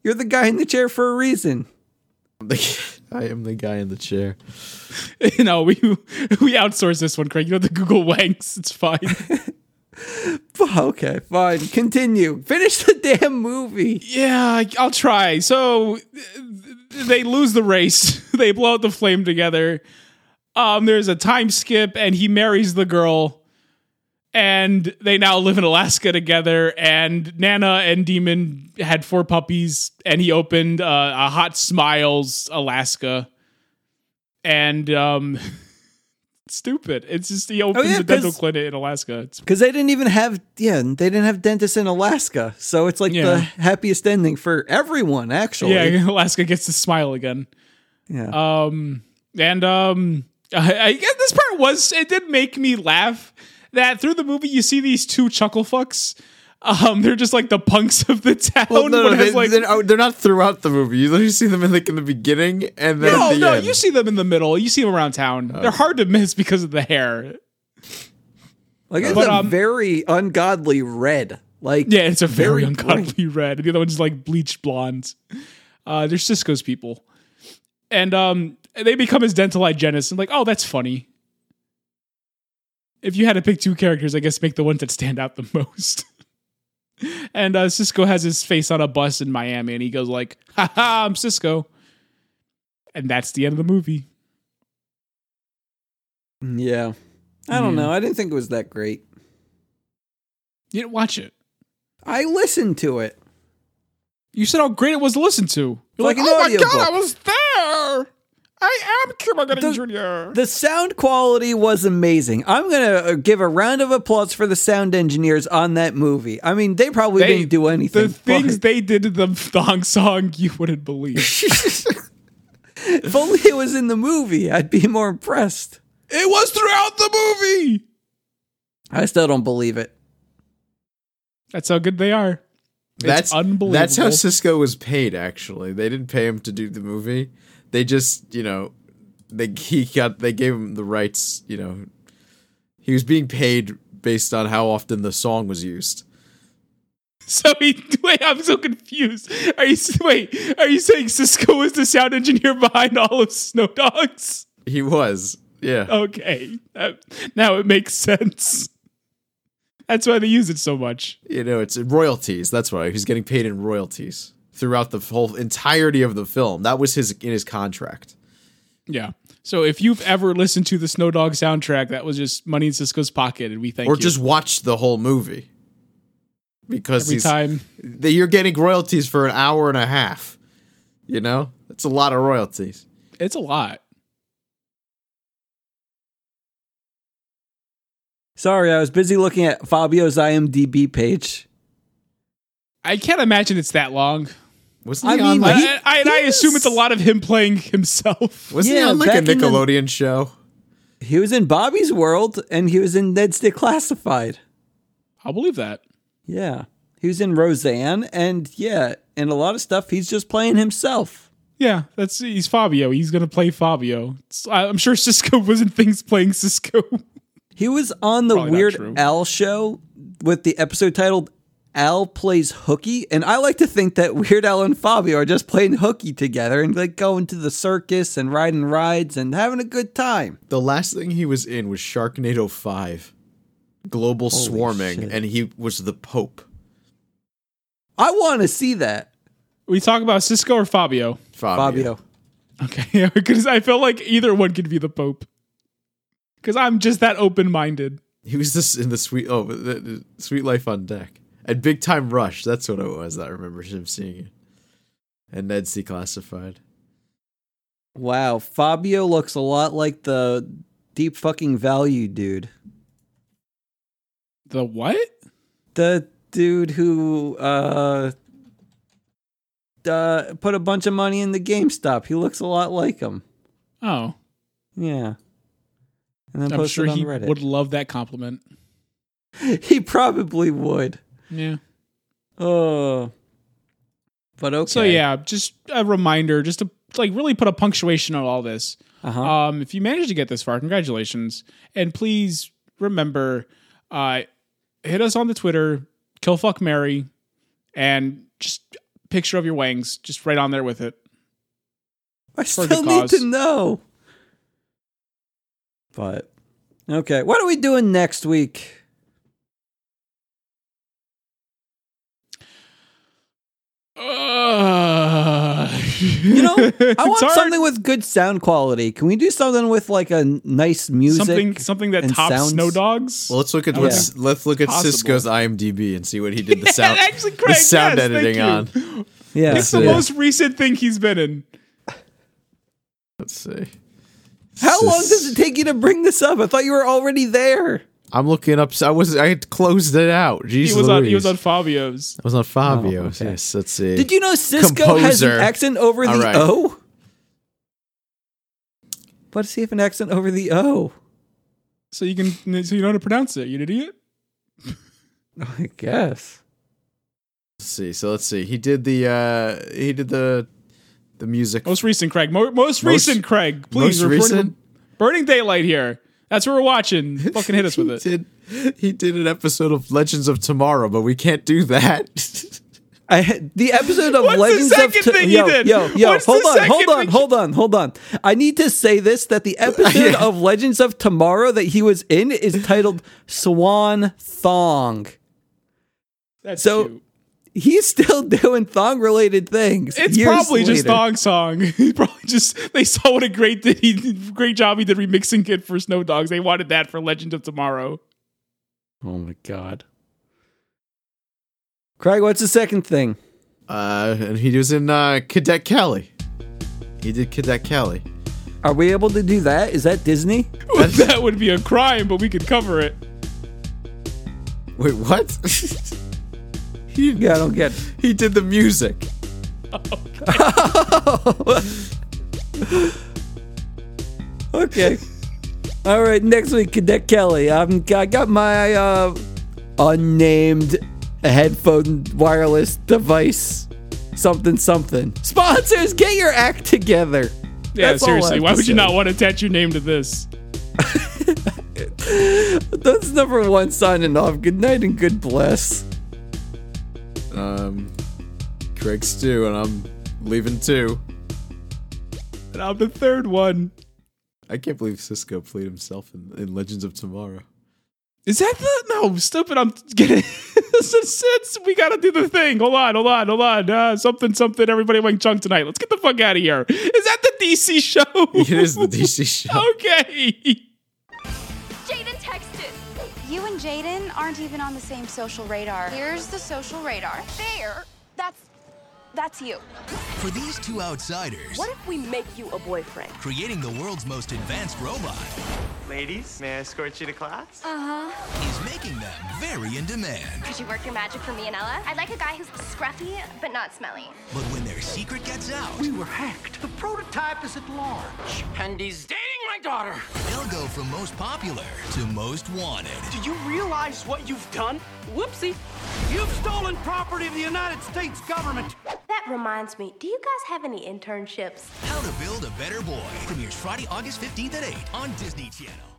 [SPEAKER 1] You're the guy in the chair for a reason. *laughs*
[SPEAKER 2] I am the guy in the chair.
[SPEAKER 3] *laughs* You know, we we outsource this one, Craig. You know the Google wangs. It's fine.
[SPEAKER 1] F- Okay, fine. Continue. Finish the damn movie.
[SPEAKER 3] Yeah, I- I'll try. So th- they lose the race. *laughs* they blow out the flame together. Um, there's a time skip, and he marries the girl. and they now live in Alaska together. And Nana and Demon had four puppies, and he opened uh, a Hot Smiles Alaska. And um, *laughs* stupid, it's just he opens
[SPEAKER 1] Oh, yeah,
[SPEAKER 3] a dental
[SPEAKER 1] 'cause-
[SPEAKER 3] clinic in Alaska. It's
[SPEAKER 1] Because they didn't even have, yeah, they didn't have dentists in Alaska. So it's like
[SPEAKER 3] Yeah.
[SPEAKER 1] the happiest ending for everyone, actually.
[SPEAKER 3] yeah, *laughs* Alaska gets to smile again.
[SPEAKER 1] Yeah.
[SPEAKER 3] Um, and um, *laughs* I, I guess this part was it did make me laugh that through the movie you see these two chuckle fucks. Um, they're just like the punks of the *laughs* town.
[SPEAKER 2] Well, no, no,
[SPEAKER 3] One has,
[SPEAKER 2] they, they're, oh, they're not throughout the movie. You literally see them in like in the beginning and then at
[SPEAKER 3] No,
[SPEAKER 2] the
[SPEAKER 3] no,
[SPEAKER 2] end. Oh.
[SPEAKER 3] you see them in the middle. You see them around town. They're hard to miss because of the hair.
[SPEAKER 1] like it's
[SPEAKER 3] but,
[SPEAKER 1] a
[SPEAKER 3] um,
[SPEAKER 1] very ungodly red. Like,
[SPEAKER 3] Yeah, it's a very,
[SPEAKER 1] Very
[SPEAKER 3] ungodly *laughs* red. The other one's like bleached blonde. Uh, they're Cisco's people. And um, they become his dental hygienist. And like, oh, that's funny. If you had to pick two characters, I guess make the ones that stand out the *laughs* most. and uh, Cisco has his face on a bus in Miami, and he goes like, "Ha ha, I'm Cisco." And that's the end of the movie.
[SPEAKER 1] mm, yeah. I don't
[SPEAKER 3] Yeah.
[SPEAKER 1] know. I didn't think it was that great.
[SPEAKER 3] You didn't watch it.
[SPEAKER 1] I listened to it.
[SPEAKER 3] You said how great it was to listen to. You're like,
[SPEAKER 1] Like an
[SPEAKER 3] oh my
[SPEAKER 1] audiobook.
[SPEAKER 3] god, I was there. I am Cuba Gooding
[SPEAKER 1] Does-
[SPEAKER 3] Jr.
[SPEAKER 1] The sound quality was amazing. I'm going to give a round of applause for the sound engineers on that movie. I mean, they probably
[SPEAKER 3] They-
[SPEAKER 1] didn't do anything.
[SPEAKER 3] the
[SPEAKER 1] *laughs*
[SPEAKER 3] things
[SPEAKER 1] but
[SPEAKER 3] they did to the thong song, you wouldn't believe.
[SPEAKER 1] if only it was in the movie, I'd be more impressed.
[SPEAKER 3] it was throughout the movie.
[SPEAKER 1] I still don't believe it.
[SPEAKER 3] That's how good they are.
[SPEAKER 2] that's
[SPEAKER 3] unbelievable.
[SPEAKER 2] That's how Cisco was paid. Actually, they didn't pay him to do the movie. They just, you know, they he got they gave him the rights. You know, he was being paid based on how often the song was used.
[SPEAKER 3] So he, *laughs* wait, I'm so confused. Are you wait? Are you saying Cisco was the sound engineer behind all of Snow Dogs? *laughs*
[SPEAKER 2] He was, yeah.
[SPEAKER 3] Oh. Okay, That- now it makes sense. That's why they use it so much.
[SPEAKER 2] You know, it's royalties. That's why he's getting paid in royalties throughout the whole entirety of the film. That was his in his contract.
[SPEAKER 3] Yeah. So if you've ever listened to the Snow Dog soundtrack, that was just money in Cisco's pocket, and we thank
[SPEAKER 2] or
[SPEAKER 3] you
[SPEAKER 2] just watch the whole movie because
[SPEAKER 3] every
[SPEAKER 2] he's,
[SPEAKER 3] time.
[SPEAKER 2] that you're getting royalties for an hour and a half. You know, that's a lot of royalties.
[SPEAKER 3] It's a lot.
[SPEAKER 1] Sorry, I was busy looking at Fabio's IMDb page.
[SPEAKER 3] I can't imagine it's that long.
[SPEAKER 2] Wasn't
[SPEAKER 1] I
[SPEAKER 2] he on
[SPEAKER 1] mean,
[SPEAKER 2] like,
[SPEAKER 1] he-
[SPEAKER 3] I, I, and I
[SPEAKER 1] he
[SPEAKER 3] assume it's a
[SPEAKER 1] is-
[SPEAKER 3] lot of him playing himself.
[SPEAKER 2] wasn't he
[SPEAKER 1] yeah,
[SPEAKER 2] on like a
[SPEAKER 1] back in the-
[SPEAKER 2] Nickelodeon show?
[SPEAKER 1] He was in Bobby's World and he was in Ned's Declassified.
[SPEAKER 3] *laughs* I'll believe that.
[SPEAKER 1] Yeah. He was in Roseanne and yeah, in a lot of stuff he's just playing himself.
[SPEAKER 3] Yeah, that's he's Fabio. He's gonna play Fabio. It's- I- I'm sure Cisco *laughs* was in things playing Cisco. *laughs*
[SPEAKER 1] He was on the
[SPEAKER 3] Probably not true.
[SPEAKER 1] Weird Al show with the episode titled Al plays hooky and I like to think that Weird Al and Fabio are just playing hooky together and like going to the circus and riding rides and having a good time.
[SPEAKER 2] The last thing he was in was Sharknado Five, Global Swarming,
[SPEAKER 1] shit.
[SPEAKER 2] and he was the Pope.
[SPEAKER 1] I want to see that,
[SPEAKER 3] we talk about Cisco or Fabio.
[SPEAKER 2] Fabio.
[SPEAKER 1] Fabio.
[SPEAKER 3] Okay, *laughs* because I felt like either one could be the Pope. Because I'm just that open minded.
[SPEAKER 2] He was this in the sweet oh the, the Sweet Life on Deck and Big Time Rush. That's what it was. I remember him seeing it. And Ned's declassified.
[SPEAKER 1] Wow, Fabio looks a lot like the deep fucking value dude.
[SPEAKER 3] The what?
[SPEAKER 1] the dude who uh uh put a bunch of money in the GameStop. He looks a lot like him.
[SPEAKER 3] Oh,
[SPEAKER 1] Yeah. And then
[SPEAKER 3] I'm
[SPEAKER 1] posted
[SPEAKER 3] sure
[SPEAKER 1] on
[SPEAKER 3] he
[SPEAKER 1] Reddit.
[SPEAKER 3] would love that compliment.
[SPEAKER 1] *laughs* He probably would.
[SPEAKER 3] Yeah.
[SPEAKER 1] Oh. But okay.
[SPEAKER 3] So yeah, just a reminder, just to like really put a punctuation on all this.
[SPEAKER 1] Uh-huh.
[SPEAKER 3] Um, if you managed to get this far, congratulations. And please remember, uh, hit us on the Twitter, kill fuck Mary, and just picture of your wangs, just right on there with it.
[SPEAKER 1] I
[SPEAKER 3] for
[SPEAKER 1] still
[SPEAKER 3] good
[SPEAKER 1] need
[SPEAKER 3] cause.
[SPEAKER 1] to know. But okay, what are we doing next week?
[SPEAKER 3] Uh, *laughs*
[SPEAKER 1] You know, I want
[SPEAKER 3] hard.
[SPEAKER 1] something with good sound quality. Can we do something with like a n- nice music?
[SPEAKER 3] something something that
[SPEAKER 1] and
[SPEAKER 3] tops
[SPEAKER 1] sounds?
[SPEAKER 3] Snow Dogs.
[SPEAKER 2] Well, let's look at what
[SPEAKER 1] Oh, Yeah.
[SPEAKER 2] let's look at
[SPEAKER 3] Possible.
[SPEAKER 2] Cisco's IMDb and see what
[SPEAKER 1] *laughs*
[SPEAKER 2] he did the sound
[SPEAKER 3] actually,
[SPEAKER 2] the
[SPEAKER 3] Craig,
[SPEAKER 2] sound
[SPEAKER 3] yes, thank
[SPEAKER 2] editing
[SPEAKER 3] you.
[SPEAKER 2] on.
[SPEAKER 1] Yeah,
[SPEAKER 3] It's the
[SPEAKER 1] yeah.
[SPEAKER 3] most recent thing he's been in.
[SPEAKER 2] Let's see.
[SPEAKER 1] How long
[SPEAKER 2] Sis-
[SPEAKER 1] does it take you to bring this up? I thought you were already there.
[SPEAKER 2] I'm looking up. I was I had closed it out. Jesus,
[SPEAKER 3] He was on he was on Oh, Fabio's.
[SPEAKER 2] I was on Fabio's. Yes, let's see.
[SPEAKER 1] Did you know Cisco has
[SPEAKER 2] Composer.
[SPEAKER 1] an accent over the
[SPEAKER 2] All right.
[SPEAKER 1] O? What does he have an accent over the O? *laughs*
[SPEAKER 3] So you can so you know how to pronounce it. You an idiot.
[SPEAKER 1] I guess.
[SPEAKER 2] Let's see. So let's see. He did the uh he did the the music.
[SPEAKER 3] Most recent Craig. Mo- most, recent Craig. Please
[SPEAKER 2] most
[SPEAKER 3] we're burning-
[SPEAKER 2] recent?
[SPEAKER 3] Burning Daylight here. That's what we're watching.
[SPEAKER 1] *laughs*
[SPEAKER 3] Fucking hit us with it.
[SPEAKER 2] *laughs* He did, he did an episode of Legends of Tomorrow, but we can't do that. *laughs*
[SPEAKER 1] I had- the episode
[SPEAKER 3] *laughs*
[SPEAKER 1] of
[SPEAKER 3] What's the
[SPEAKER 1] Legends of
[SPEAKER 3] second thing you
[SPEAKER 1] yo,
[SPEAKER 3] did?
[SPEAKER 1] yo yo
[SPEAKER 3] What's the
[SPEAKER 1] hold on
[SPEAKER 3] second
[SPEAKER 1] hold on
[SPEAKER 3] thing you-
[SPEAKER 1] hold on hold on I need to say this
[SPEAKER 3] *laughs*
[SPEAKER 1] that the episode of Legends of Tomorrow that he was in is titled Swan Thong.
[SPEAKER 3] That's
[SPEAKER 1] So-
[SPEAKER 3] cute.
[SPEAKER 1] He's still *laughs* doing thong related things.
[SPEAKER 3] It's
[SPEAKER 1] years
[SPEAKER 3] probably just
[SPEAKER 1] later.
[SPEAKER 3] Thong Song. *laughs* He probably just they saw what a great did he great job he did remixing it for Snow Dogs. They wanted that for Legend of Tomorrow. *laughs*
[SPEAKER 1] Oh my god. Craig, what's the second thing?
[SPEAKER 2] uh, and he was in uh, Cadet Kelly. He did Cadet Kelly.
[SPEAKER 1] Are we able to do that? Is that Disney?
[SPEAKER 3] *laughs* that would be a crime, but we could cover it.
[SPEAKER 2] Wait, what? *laughs* he,
[SPEAKER 1] Yeah, I don't get it.
[SPEAKER 2] he did the music.
[SPEAKER 1] Okay. All right, next week, Cadet Kelly. Um, I got my uh, unnamed headphone wireless device. Something, something. Sponsors, get your act together.
[SPEAKER 3] Yeah,
[SPEAKER 1] That's all I
[SPEAKER 3] seriously,
[SPEAKER 1] have
[SPEAKER 3] why
[SPEAKER 1] to
[SPEAKER 3] would you
[SPEAKER 1] say.
[SPEAKER 3] not want to attach your name to this?
[SPEAKER 1] That's number one signing off. Good night and good bless.
[SPEAKER 2] Um, Craig Stew, and I'm leaving too.
[SPEAKER 3] And I'm the third one.
[SPEAKER 2] I can't believe Cisco played himself in, in Legends of Tomorrow. *laughs*
[SPEAKER 3] Is that the no stupid? I'm getting *laughs* this is, it's- we gotta do the thing. Hold on, hold on, hold on. Uh, something, something. Everybody went chunk tonight. Let's get the fuck out of here. Is that the DC show?
[SPEAKER 2] It is
[SPEAKER 3] *laughs*
[SPEAKER 2] the DC show.
[SPEAKER 3] okay.
[SPEAKER 4] Jaden texted. You and Jaden aren't even on the same social radar. Here's the social radar. There. That's that's you.
[SPEAKER 5] For these two outsiders,
[SPEAKER 6] What if we make you a boyfriend?
[SPEAKER 5] creating the world's most advanced robot
[SPEAKER 7] Ladies, may I escort you to class?
[SPEAKER 5] is making them very in demand.
[SPEAKER 4] Could you work your magic for me and Ella? I'd like a guy who's scruffy but not smelly.
[SPEAKER 5] But when their secret gets out,
[SPEAKER 8] were hacked. The prototype is at large. And he's dating my daughter.
[SPEAKER 5] they'll go from most popular to most wanted.
[SPEAKER 8] Do you realize what you've done? Whoopsie. You've stolen property of the United States government.
[SPEAKER 6] That reminds me, do you guys have any internships?
[SPEAKER 5] How to Build a Better Boy premieres Friday, August 15th at 8 on Disney Channel.